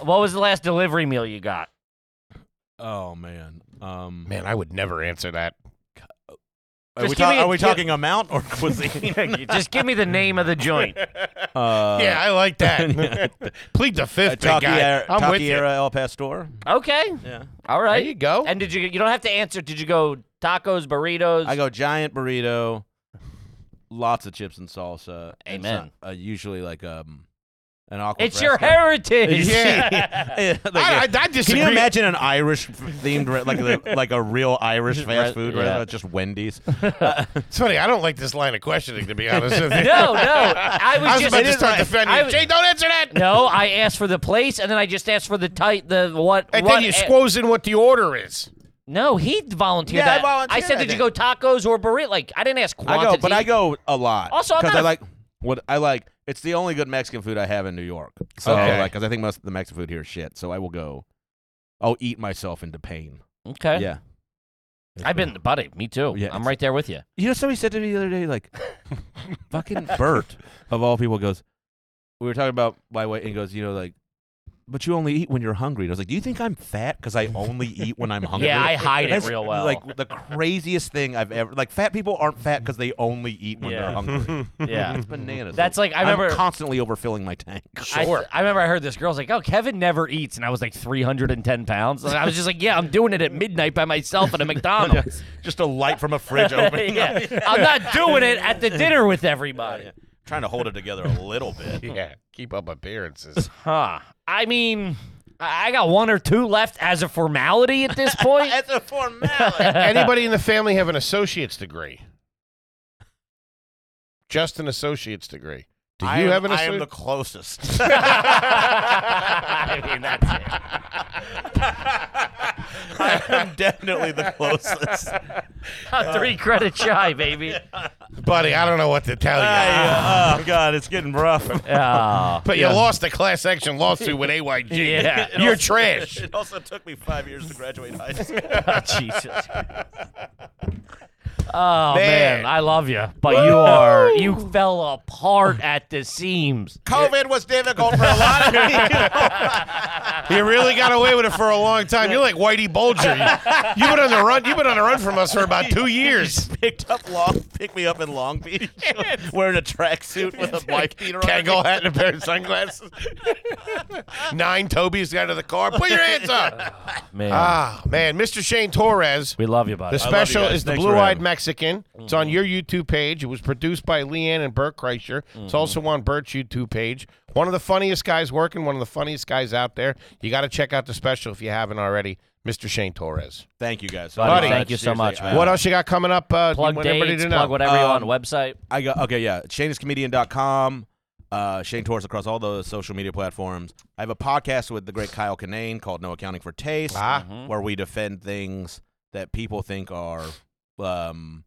Speaker 1: What was the last delivery meal you got?
Speaker 5: oh man um
Speaker 2: Man, I would never answer that.
Speaker 5: are,
Speaker 1: Just
Speaker 5: we
Speaker 1: give
Speaker 5: ta-
Speaker 1: me a-
Speaker 5: are we talking amount or cuisine
Speaker 1: Just give me the name of the joint.
Speaker 5: uh,
Speaker 2: yeah, I like that. Plead the
Speaker 5: uh,
Speaker 2: fifth, big guy.
Speaker 5: Taquiera,
Speaker 2: I'm with you.
Speaker 5: Taquiera El Pastor.
Speaker 1: Okay.
Speaker 5: Yeah.
Speaker 1: All
Speaker 2: There
Speaker 1: right.
Speaker 2: you go.
Speaker 1: And did you? You don't have to answer. Did you go tacos, burritos?
Speaker 5: I go giant burrito, lots of chips and salsa. and
Speaker 1: Amen.
Speaker 5: some- uh, usually like um, an aqua.
Speaker 1: It's your
Speaker 5: fresca.
Speaker 1: heritage.
Speaker 5: Yeah. Yeah, like,
Speaker 2: I, I,
Speaker 5: yeah.
Speaker 2: I disagree.
Speaker 5: Can you imagine an Irish themed re- like the, like a real Irish fast food
Speaker 1: yeah.
Speaker 5: restaurant? Just Wendy's.
Speaker 2: It's funny. I don't like this line of questioning, to be honest with you.
Speaker 1: No, no. I was,
Speaker 2: I was
Speaker 1: just
Speaker 2: about to start defending.
Speaker 1: I
Speaker 2: you.
Speaker 1: was-
Speaker 2: Jay, don't answer that.
Speaker 1: No, I asked for the place, and then I just asked for the tight, the what?
Speaker 2: And
Speaker 1: what
Speaker 2: then you squoze in what the order is.
Speaker 1: No, he volunteered
Speaker 5: Yeah, I
Speaker 1: that.
Speaker 5: volunteered
Speaker 1: said,
Speaker 5: that
Speaker 1: did you
Speaker 5: then.
Speaker 1: go tacos or burrito? Like, I didn't ask
Speaker 5: I
Speaker 1: quantity.
Speaker 5: go, but I go a lot.
Speaker 1: Also, I'm
Speaker 5: because
Speaker 1: not
Speaker 5: I
Speaker 1: a-
Speaker 5: like what I like. It's the only good Mexican food I have in New York. So,
Speaker 2: Okay.
Speaker 5: because I think most of the Mexican food here is shit. So I will go I'll eat myself into pain.
Speaker 1: Okay.
Speaker 5: Yeah.
Speaker 1: Eh? I've been, buddy. Me too.
Speaker 5: Yeah,
Speaker 1: I'm
Speaker 5: it's-
Speaker 1: right there with you.
Speaker 5: You know, somebody said to me the other day, like, fucking Bert of all people goes. We were talking about my weight, and he goes, you know, like, but you only eat when you're hungry. And I was like, do you think I'm fat because I only eat when I'm hungry?
Speaker 1: Yeah, I hide it
Speaker 5: That's,
Speaker 1: real well.
Speaker 5: Like the craziest thing I've ever. Like fat people aren't fat because they only eat when
Speaker 1: Yeah.
Speaker 5: they're hungry.
Speaker 1: yeah.
Speaker 5: It's bananas.
Speaker 1: That's like I remember.
Speaker 5: am constantly overfilling my tank.
Speaker 1: I, I remember I heard this girl's like, "Oh, Kevin never eats," and I was like 310 pounds. And I was just like, "Yeah, I'm doing it at midnight by myself at a McDonald's.
Speaker 5: Just a light from a fridge opening.
Speaker 1: yeah, I'm not doing it at the dinner with everybody."
Speaker 5: Trying to hold it together a little bit.
Speaker 2: Yeah, keep up appearances.
Speaker 1: Huh? I mean, I I got one or two left as a formality at this point.
Speaker 5: That's a formality.
Speaker 2: Anybody in the family have an associate's degree? Just an associate's degree. Do you
Speaker 5: I am,
Speaker 2: have an
Speaker 5: I am the
Speaker 2: associate?
Speaker 5: closest.
Speaker 1: I mean, that's it.
Speaker 5: I am definitely the closest.
Speaker 1: Oh, I'm three credit shy, baby.
Speaker 2: Buddy, I don't know what to tell you.
Speaker 5: oh God, it's getting rough.
Speaker 1: Oh.
Speaker 2: but you lost the class action lawsuit with AYG.
Speaker 1: Yeah.
Speaker 2: You're trash.
Speaker 5: It also took me five years to graduate high school.
Speaker 1: Jesus. Oh man.
Speaker 2: Man.
Speaker 1: I love you, but you are you fell apart at the seams.
Speaker 5: COVID was difficult for a lot of people.
Speaker 2: You really got away with it for a long time. You're like Whitey Bulger. You, have been on the run. You've been on the run from us for about two years.
Speaker 5: Picked up long, picked me up in Long Beach, wearing a tracksuit with a bike beater on.
Speaker 2: Kangol hat and a pair of sunglasses. Nine Toby's got out of the car. Put your hands up.
Speaker 1: Man.
Speaker 2: Ah, man, Mr. Shane Torres.
Speaker 1: we love you, buddy. Uh,
Speaker 2: The special
Speaker 5: guys.
Speaker 2: is the
Speaker 5: Thanks for
Speaker 2: Blue Eyed
Speaker 5: having me. Mm-hmm.
Speaker 2: Mexican. It's on your YouTube page. It was produced by Leanne and Bert Kreischer.
Speaker 5: Mm-hmm.
Speaker 2: It's also on Bert's YouTube page. One of the funniest guys working, one of the funniest guys out there. You got to check out the special if you haven't already. Mr. Shane Torres.
Speaker 5: Thank you guys, so
Speaker 1: Buddy,
Speaker 5: much.
Speaker 1: thank you so
Speaker 5: Seriously,
Speaker 1: much,
Speaker 5: I-
Speaker 1: man.
Speaker 2: What else you got coming up? Uh, you
Speaker 1: plug
Speaker 2: want everybody
Speaker 1: dates,
Speaker 2: to know?
Speaker 1: plug whatever you want,
Speaker 5: Um,
Speaker 1: website.
Speaker 5: I got okay, yeah. ShaneisComedian.com. Uh, Shane Torres across all the social media platforms. I have a podcast with the great Kyle Kinane called No Accounting for Taste,
Speaker 2: Ah.
Speaker 1: Mm-hmm.
Speaker 5: where we defend things that people think are, um,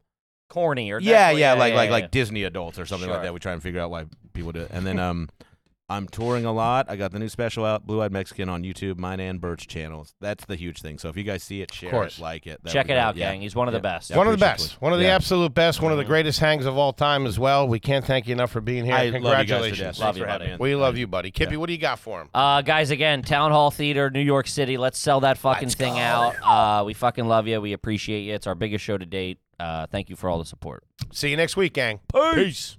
Speaker 1: Corny or
Speaker 5: yeah,
Speaker 1: definitely-
Speaker 5: yeah, like like
Speaker 1: yeah.
Speaker 5: like Disney adults or something
Speaker 1: Sure.
Speaker 5: like that. We try and figure out why people do it. And then um, I'm touring a lot. I got the new special out, Blue Eyed Mexican, on YouTube, mine and Birch channels. That's the huge thing. So if you guys see it, share
Speaker 2: course.
Speaker 5: it, like it, That
Speaker 1: Check
Speaker 5: would
Speaker 1: it
Speaker 5: be
Speaker 1: out,
Speaker 5: great. Yeah.
Speaker 1: gang. He's one of the
Speaker 5: Yeah.
Speaker 1: best.
Speaker 5: Yeah.
Speaker 2: One of the
Speaker 5: Appreciate
Speaker 2: best.
Speaker 5: it.
Speaker 2: One of the
Speaker 5: Yeah. Mm-hmm.
Speaker 2: absolute best. One of the greatest hangs of all time as well. We can't thank you enough for being here.
Speaker 5: I love you guys to
Speaker 2: Congratulations.
Speaker 1: Love
Speaker 5: death. Thanks
Speaker 1: you,
Speaker 5: for having
Speaker 1: buddy.
Speaker 5: me.
Speaker 2: We love you, buddy. Kippy, what do you got for him?
Speaker 1: Uh, guys, again, Town Hall Theater, New York City. Let's sell that fucking thing out. Uh, we fucking love you. We appreciate you. It's our biggest show to date. Uh, thank you for all the support.
Speaker 2: See you next week, gang. Peace.